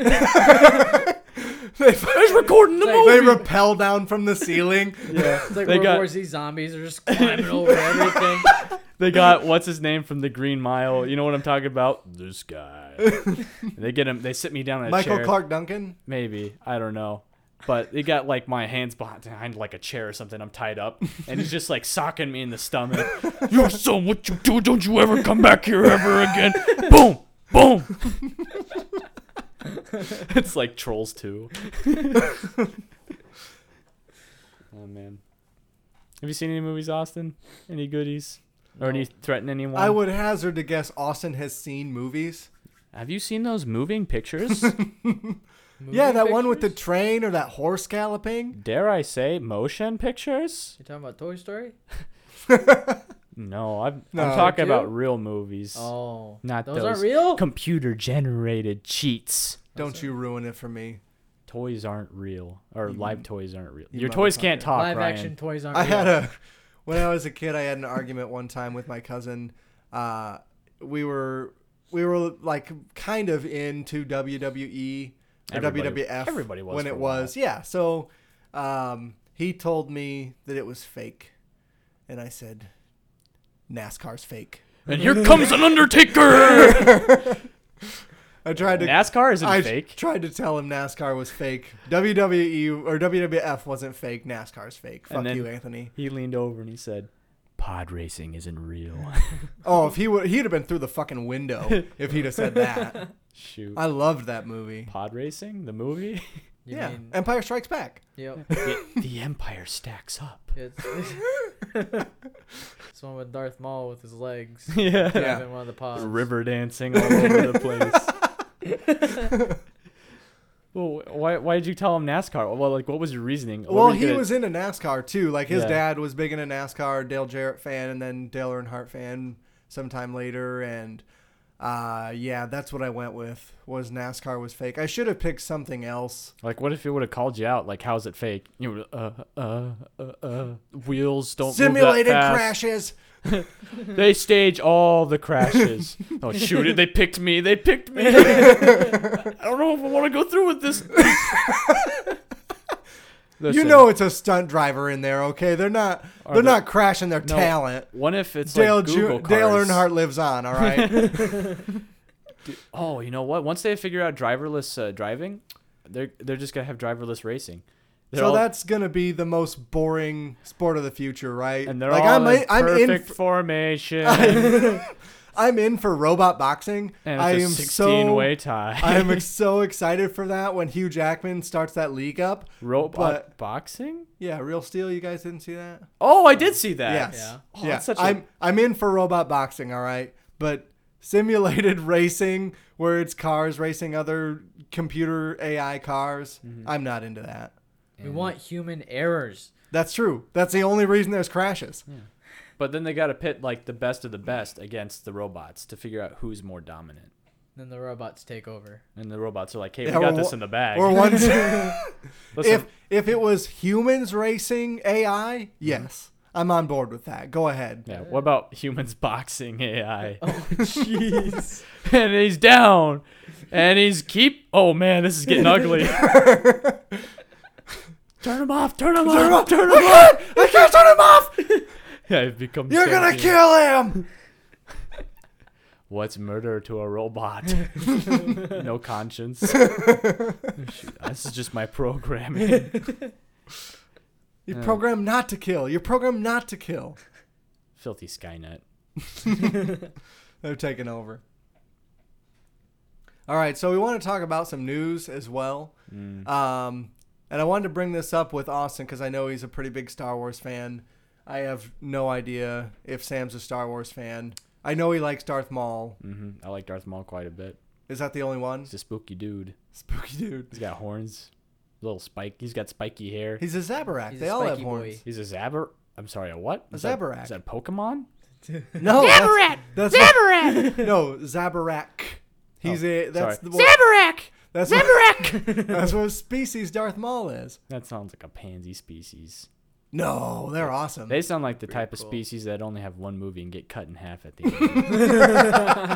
they, He's recording the Like- movie. they rappel down from the ceiling. yeah. It's like They World got- War Z zombies are just climbing over everything. They got what's his name from the Green Mile. You know what I'm talking about? This guy. they get him. They sit me down in a Michael chair. Clark Duncan. Maybe. I don't know. But he got like my hands behind, behind like a chair or something. I'm tied up. And he's just like socking me in the stomach. Your son, what you do? Don't you ever come back here ever again. boom. Boom. it's like Trolls 2. oh, man. Have you seen any movies, Austin? Any goodies? Or any threaten anyone? I would hazard to guess Austin has seen movies. Have you seen those moving pictures? yeah, that one with the train or that horse galloping. Dare I say, motion pictures? You're talking about Toy Story? No, I'm, No. I'm talking Dude. about real movies. Oh. Not those, those. aren't real? Computer generated cheats. Don't you ruin it for me. Toys aren't real, or live toys aren't real. you Your toys can't motherfucker. talk, Live Ryan. action toys Oh, aren't I real. had a when I was a kid. I had an argument one time with my cousin. Uh, we were we were like kind of into WWE or Everybody- WWF. everybody was when for it a while. was. Yeah. So um, he told me that it was fake, and I said NASCAR's fake. And here comes an Undertaker. I tried to. NASCAR isn't I fake. tried to tell him NASCAR was fake. WWE or WWF wasn't fake. NASCAR's fake. And Fuck then- you, Anthony. He leaned over and he said, "Pod racing isn't real." Oh, if he would, he'd have been through the fucking window if he'd have said that. Shoot. I loved that movie. Pod racing, the movie. You yeah, mean- Empire Strikes Back. yep. the, the Empire stacks up. It's, it's one with Darth Maul with his legs. Yeah. Yeah. One of the pods. river dancing all over the place. well, why why did you tell him NASCAR? Well, like, what was your reasoning? What Well, were you he gonna- was into NASCAR too. Like his Yeah. dad was big into NASCAR, Dale Jarrett fan, and then Dale Earnhardt fan. Sometime later, and uh, yeah, that's what I went with. Was NASCAR was fake? I should have picked something else. Like, what if it would have called you out? Like, how's it fake? You would, uh, uh, uh, uh, wheels don't move Simulated that fast. crashes. They stage all the crashes. oh shoot! it, They picked me. They picked me. I don't know if I want to go through with this. You Listen, know it's a stunt driver in there, okay? They're not. They're the- not crashing their no, talent. What if it's Dale like Google Ju- Dale cars? Earnhardt lives on. All right. Oh, you know what? Once they figure out driverless uh, driving, they're they're just gonna have driverless racing. They're so all- that's gonna be the most boring sport of the future, right? and they're like I'm, all in in- I'm in, perfect formation. f- I'm in for robot boxing. and I it's a am 16 so way tie. I am ex- so excited for that when Hugh Jackman starts that league up. robot but- boxing. Yeah, Real Steel. You guys didn't see that? Oh, I did see that. Yes. Yeah. Oh, that's such a- I'm I'm in for robot boxing, all right. But simulated racing where it's cars racing other computer AI cars, Mm-hmm. I'm not into that. We want human errors. That's true. That's the only reason there's crashes. But then they got to pit like the best of the best against the robots to figure out who's more dominant. Then the robots take over. And the robots are like, "Hey, Yeah, we got or this wha- in the bag." Or once Listen, Mm-hmm. if if it was humans racing AI, yes. I'm on board with that. Go ahead. yeah. What about humans boxing AI? Oh, Jeez. and he's down, and he's keep. Oh man, this is getting ugly. turn him off! Turn him Turn him off! off! I can't! I can't turn him off! Yeah, I've become. You're so gonna mean. kill him! What's murder to a robot? no conscience. Oh, Shoot, uh, this is just my programming. You Yeah. program not to kill. You're programmed not to kill. Filthy Skynet. They're taking over. All right, so we want to talk about some news as well. Um, and I wanted to bring this up with Austin because I know he's a pretty big Star Wars fan. I have no idea if Sam's a Star Wars fan. I know he likes Darth Maul. hmm I like Darth Maul quite a bit. Is that the only one? He's a spooky dude. Spooky dude. He's got horns, little spike. He's got spiky hair. He's a Zabarak. He's a they all have spiky boy. horns. He's a Zabber. I'm sorry, a what? A Is that- Zabarak. Is that Pokemon? No, Zabarak! That's, that's Zabarak! What, no, Zabarak. He's a that's the Oh, sorry. one, Zabarak! that's what, Zabarak! that's what species Darth Maul is. That sounds like a pansy species. No, they're awesome. They sound like the type of cool. species that only have one movie and get cut in half at the end.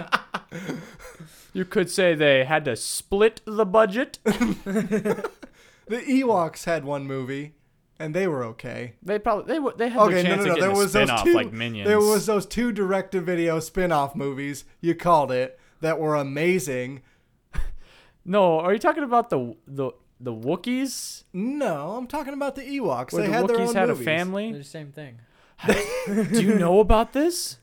you could say they had to split the budget. The Ewoks had one movie, and they were okay. They probably they were they had Okay, their no, chance no, of no. There getting a was those spin-off two. like Minions. There was those two direct-to-video spin-off movies. You called it that were amazing. no. Are you talking about the the the Wookiees? No, I'm talking about the Ewoks. Where they the had their Wookiees own had movies. a family. They're the same thing. Do you know about this?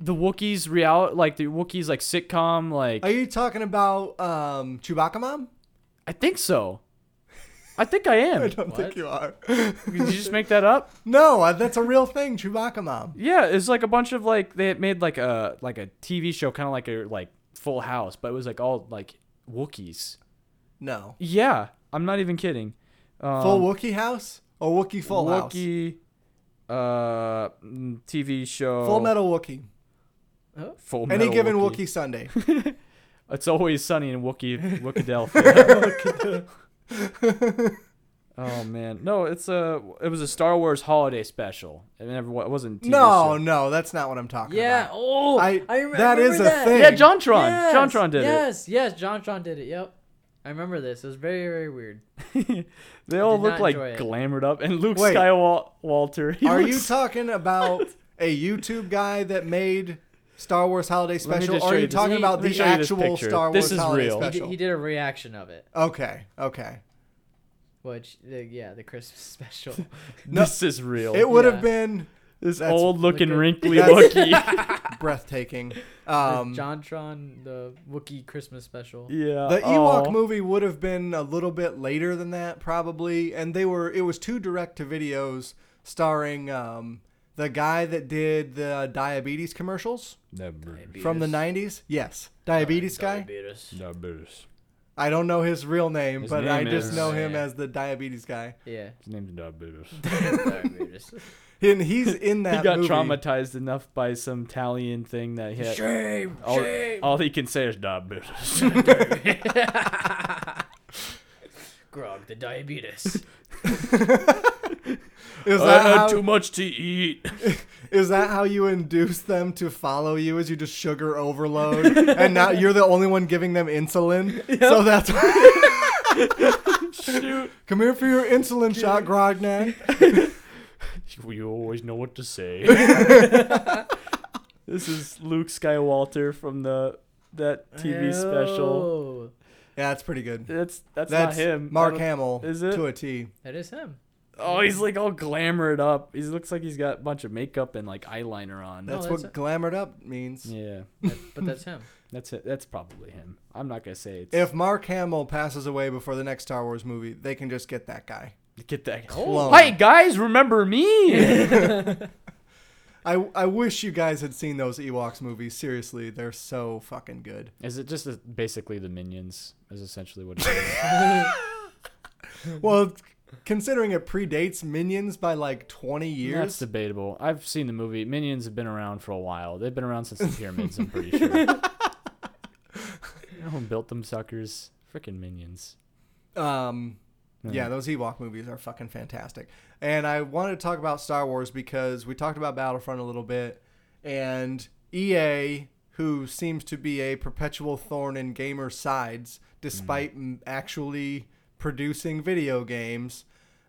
The Wookiees reality, like the Wookiees like sitcom, like Are you talking about um, Chewbacca Mom? I think so. I think I am. I Did don't think you are. you just make that up? no, I- that's a real thing. Chewbacca Mom. Yeah, it's like a bunch of like they had made like a like a TV show, kind of like a like Full House, but it was like all like Wookiees. No, Yeah, I'm not even kidding. Um, Full Wookiee House or Wookiee Full House. Wookiee, uh, mm, TV show. Full Metal Wookiee. Full Any Metal given Wookiee Sunday. It's always sunny in Wookiee Wookiee Oh man, no! It's a it was a Star Wars holiday special. It never wa- it wasn't. a TV no, show. no, that's not what I'm talking Yeah. about. Oh, I- I, I remember that is a that. thing. yeah, JonTron, Yes, JonTron did it. yes, Yes, JonTron did it. Yep. I remember this. It was very, very weird. They all did look not like enjoy it. glamored up, and Luke Wait. Skywalker. He Are you looks- talking about a YouTube guy that made Star Wars Holiday Let me Special? just Or show are you this- talking Let me- about let me the show you this actual picture. Star Wars This is Holiday real. He did, Special? he did a reaction of it, Okay, okay. which the, yeah, the Christmas special. This is real. It would Yeah. have been this that's- old looking Look at- wrinkly That's- Wookiee. breathtaking. Um, JonTron, the Wookiee Christmas special. yeah. the Ewok aw. movie would have been a little bit later than that, probably. And they were it was two direct to videos starring um, the guy that did the diabetes commercials from the '90s. Yes, diabetes guy. Diabetes. I don't know his real name, His but name I just is- know him Yeah. as the diabetes guy. Yeah. His name's Diabetes. Diabetes. And he's in that he got movie. traumatized enough by some Italian thing that he had, Shame. all, shame. all he can say is diabetes. Grog, the diabetes. Is I that, had how, too much uh, to eat. is that how you induce them to follow you? Is you just sugar overload, and now you're the only one giving them insulin? So that's Shoot. come here for your insulin shot, Grognak. You always know what to say. this is Luke Skywalker from the that TV special. Oh. Yeah, it's pretty good. That's that's, That's not him. I Mark don't- Hamill Is it? to a T. That is him. Oh, he's like all glamored up. He looks like he's got a bunch of makeup and like eyeliner on. That's that's what it. glamoured up means. yeah, That- but that's him. that's it. That's probably him. I'm not gonna say it's If Mark Hamill passes away before the next Star Wars movie, they can just get that guy. get that. Clone. Hi guys, remember me? I, I wish you guys had seen those Ewoks movies. Seriously, they're so fucking good. is it just basically the minions? Is essentially what it is. Well, considering it predates Minions by like 20 That's years, debatable. I've seen the movie. Minions have been around for a while. They've been around since the pyramids. I'm pretty sure. you know who built them suckers? Freaking minions. um, yeah, those Ewok movies are fucking fantastic. And I wanted to talk about Star Wars because we talked about Battlefront a little bit, and EA, who seems to be a perpetual thorn in gamers' sides, despite m actually producing video games.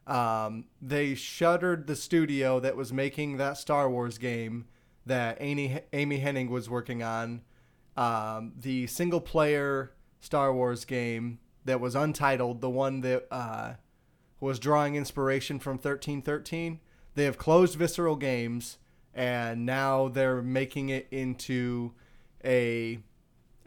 Um, they shuttered the studio that was making that Star Wars game that Amy, Amy Henning was working on, um, the single player Star Wars game that was untitled, the one that uh, was drawing inspiration from 1313. They have closed Visceral Games and now they're making it into a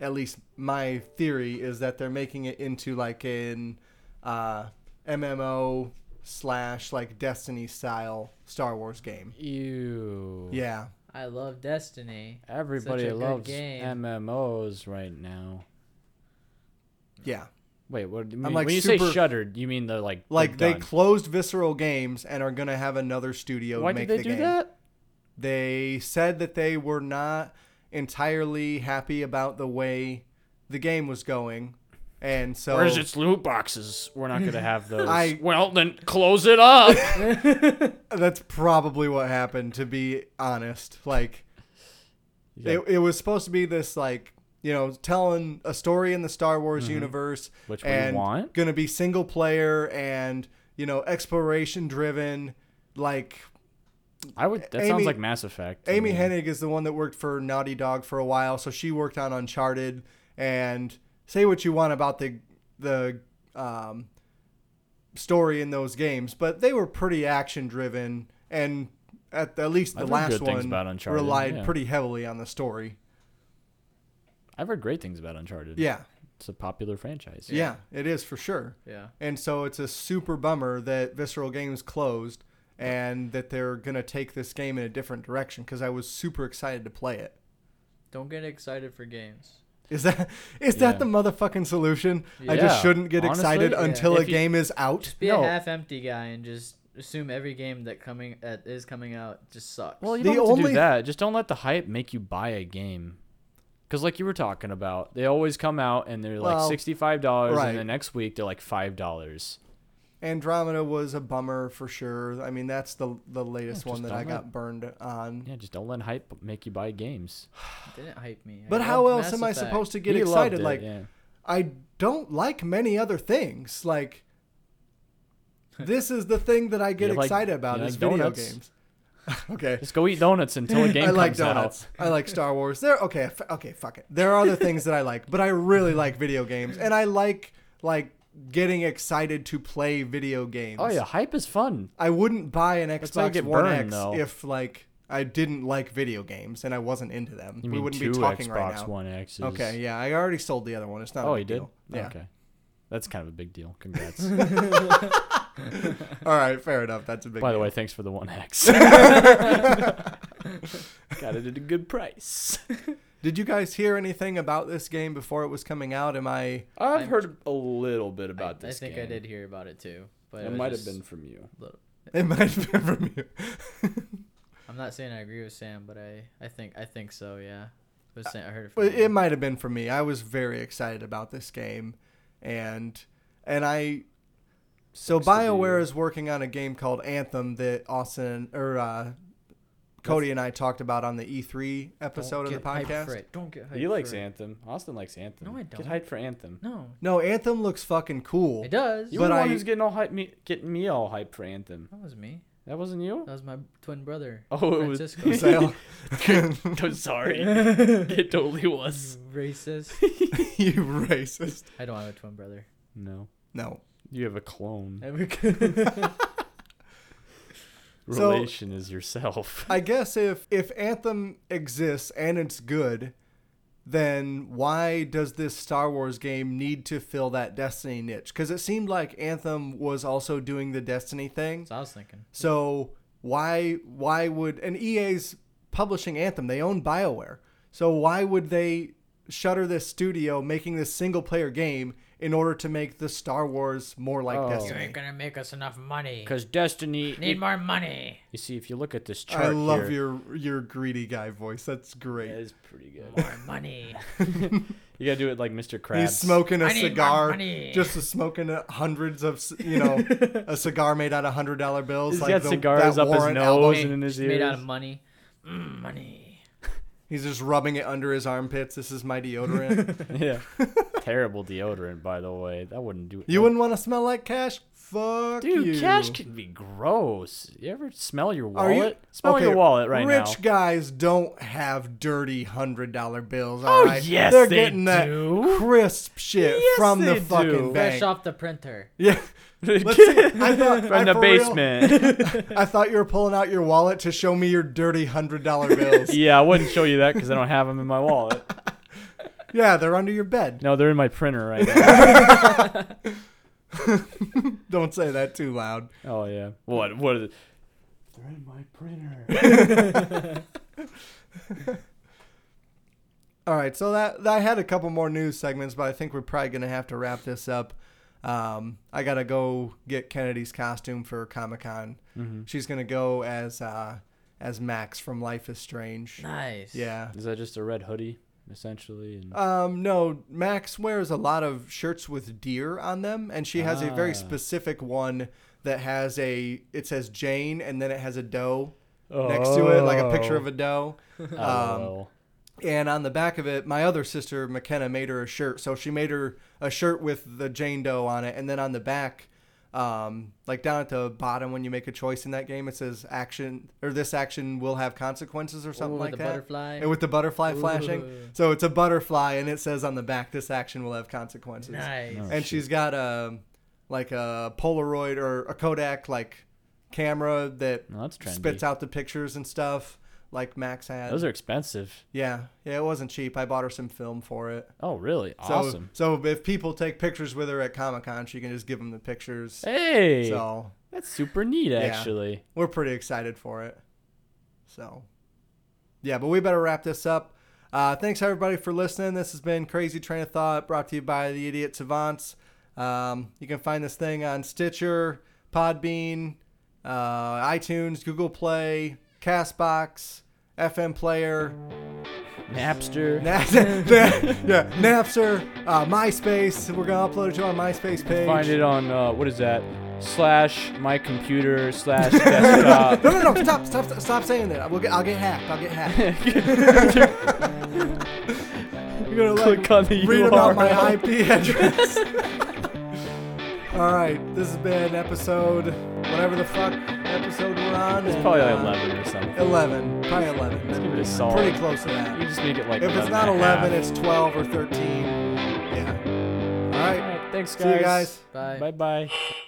at least my theory is that they're making it into like an uh, MMO slash like Destiny style Star Wars game. Ew. Yeah. I love Destiny. Everybody a good loves game. MMOs right now. Yeah. Wait, what do you mean? like, when you super- say shuttered, you mean they're like Like they're they done. closed Visceral Games and are gonna have another studio Why make did the they do game. that? They said that they were not entirely happy about the way the game was going. And so Where's its loot boxes? We're not gonna have those. Oh. I- Well, then close it up. that's probably what happened to be honest. Like Yeah. It, it was supposed to be this like you know telling a story in the Star Wars universe, Mm-hmm. Which we and want. going to be single player and you know exploration driven. Like I would. That Amy- sounds like Mass Effect. Amy I mean, Hennig is the one that worked for Naughty Dog for a while, so she worked on Uncharted. And say what you want about the the um, story in those games, but they were pretty action driven, and at, at least the I've heard last good things one about Uncharted, relied yeah. pretty heavily on the story. I've heard great things about Uncharted. Yeah, it's a popular franchise. yeah, it is for sure. Yeah. And so it's a super bummer that Visceral Games closed and that they're going to take this game in a different direction because I was super excited to play it. Don't get excited for games. Is that is that Yeah. the motherfucking solution? I Yeah. just shouldn't get Honestly, excited yeah. until a If you- game is out. Be No. a half-empty guy and just assume every game that coming that is coming out just sucks. Well, you The don't have to only- do that. Just don't let the hype make you buy a game. Because, like you were talking about, they always come out and they're Well, like $65, right. and the next week they're like $5. Andromeda was a bummer for sure. I mean, that's the the latest Yeah, one that just I download. got burned on. Yeah, just don't let hype make you buy games. didn't hype me. But how else am I supposed to get He loved excited? it, Like yeah. I don't like many other things. Like this is the thing that I get You like- excited about you is like video donuts? games. okay. just go eat donuts until a game I comes like donuts. out. I like Star Wars. There, okay, f- okay, fuck it. There are other things that I like, but I really like video games, and I like like getting excited to play video games. Oh, yeah, hype is fun. I wouldn't buy an Let's not Xbox get One burned, X though. if like I didn't like video games and I wasn't into them. You we mean wouldn't two be talking Xbox right now. One X's. Okay, yeah, I already sold the other one. It's not. a Oh, big you did? deal. Yeah. Okay. That's kind of a big deal. Congrats. All right, fair enough. That's a big. By the deal. way, thanks for the 1X. Got it at a good price. did you guys hear anything about this game before it was coming out? Am I? I've heard a little bit about I, this. think I game. did hear about it too, but It might have been from you. It might have been from you. I'm not saying I agree with Sam, but I, I think I think so. Yeah, But Sam- I heard Uh, it Well, from. It might have been for me. I was very excited about this game, and and I. So Sucks to be Bioware you. is working on a game called Anthem that Austin or uh, Cody and I talked about on the E3 episode of the podcast. Don't get hyped. He likes for it. Anthem. Austin likes Anthem. No, I Get don't. hyped for Anthem. No, No, Anthem looks fucking cool. it does. You But were the I- one who's getting all hype, me, getting me all hyped for Anthem. That was me. That wasn't you? That was my twin brother. Oh, it was- Francisco. Is that all- I'm sorry. it totally was. Racist. you racist. I don't have a twin brother. No. No. You have a clone. So- Relation is yourself. I guess if if Anthem exists and it's good, then why does this Star Wars game need to fill that Destiny niche? Because it seemed like Anthem was also doing the Destiny thing. so I was thinking. So why why would and EA's publishing Anthem? They own BioWare. So why would they shutter this studio making this single player game in order to make the Star Wars more like Oh. Destiny? gonna make us enough money. Because Destiny. Need more money. you see, if you look at this chart I love here, your your greedy guy voice. That's great. That is pretty good. More money. You gotta do it like Mr. Krabs. He's smoking a I need my cigar, money. just a smoking a- hundreds of c- you know a cigar made out of hundred dollar bills. He's like got the- cigars that up his Warren nose album. and in his Made out of ears. money. Mm, money. He's just rubbing it under his armpits. This is my deodorant. Yeah. Terrible deodorant, by the way. That wouldn't do. you wouldn't want to smell like cash. Fuck Dude, you. cash can be gross. You ever smell your Are you- wallet? Smell okay, your wallet right now. Rich guys don't have dirty hundred dollar bills. Oh, All right? yes, they're they getting that do. crisp shit Yes, from the they fucking do. Fresh bank. off the printer. Yeah. Let's see. I thought, I From the for real- basement. I thought you were pulling out your wallet to show me your dirty hundred dollar bills. yeah, I wouldn't show you that because I don't have them in my wallet. Yeah, they're under your bed. No, they're in my printer right now. Don't say that too loud. oh yeah. What? What? Is it? They're in my printer. All right, so that, that I had a couple more news segments, but I think we're probably gonna have to wrap this up. Um, I gotta go get Kennedy's costume for Comic Con. Mm-hmm. She's gonna go as uh, as Max from Life is Strange. Nice. Yeah. Is that just a red hoodie, essentially? And Um, no, Max wears a lot of shirts with deer on them, and she has a very Ah. specific one that has a it says Jane, and then it has a doe Uh, next to it, Um, like a picture of a doe. Oh. And on the back of it, my other sister McKenna made her a shirt. So she made her a shirt with the Jane Doe on it, and then on the back, um, like down at the bottom when you make a choice in that game, it says action or this action will have consequences or something Ooh, like the that. butterfly. And with the butterfly flashing, Ooh. so it's a butterfly, and it says on the back, this action will have consequences. Nice. Oh, And she's got a like a Polaroid or a Kodak like camera that No, that's trendy. spits out the pictures and stuff like Max had. Those are expensive. Yeah, yeah, it wasn't cheap. I bought her some film for it. Oh, really? So, Awesome. So if people take pictures with her at Comic Con, she can just give them the pictures. hey, So that's super neat, actually. we're pretty excited for it. So, yeah, but we better wrap this up. Uh, thanks everybody for listening. This has been Crazy Train of Thought, brought to you by the Idiot Savants. Um, you can find this thing on Stitcher, Podbean, uh, iTunes, Google Play, Castbox, FM Player. Napster. Napster, yeah, Napster, uh, MySpace. We're gonna upload it to our MySpace page. Find it on uh, what is that? Slash my computer slash desktop. No, no, no! Stop, stop, stop, stop saying that. We'll get, I'll get hacked. I'll get hacked. You're gonna Click E on the read about my URL. IP address. All right, this has been episode whatever the fuck episode we're on. It's and, probably like uh, 11 or something. Eleven, probably eleven. Let's give it a solid. Pretty close to You that. just make it like. If it's 11 not and a half. eleven, it's twelve or thirteen. Yeah. All right. Alright, thanks, guys. See you guys. Bye. Bye bye.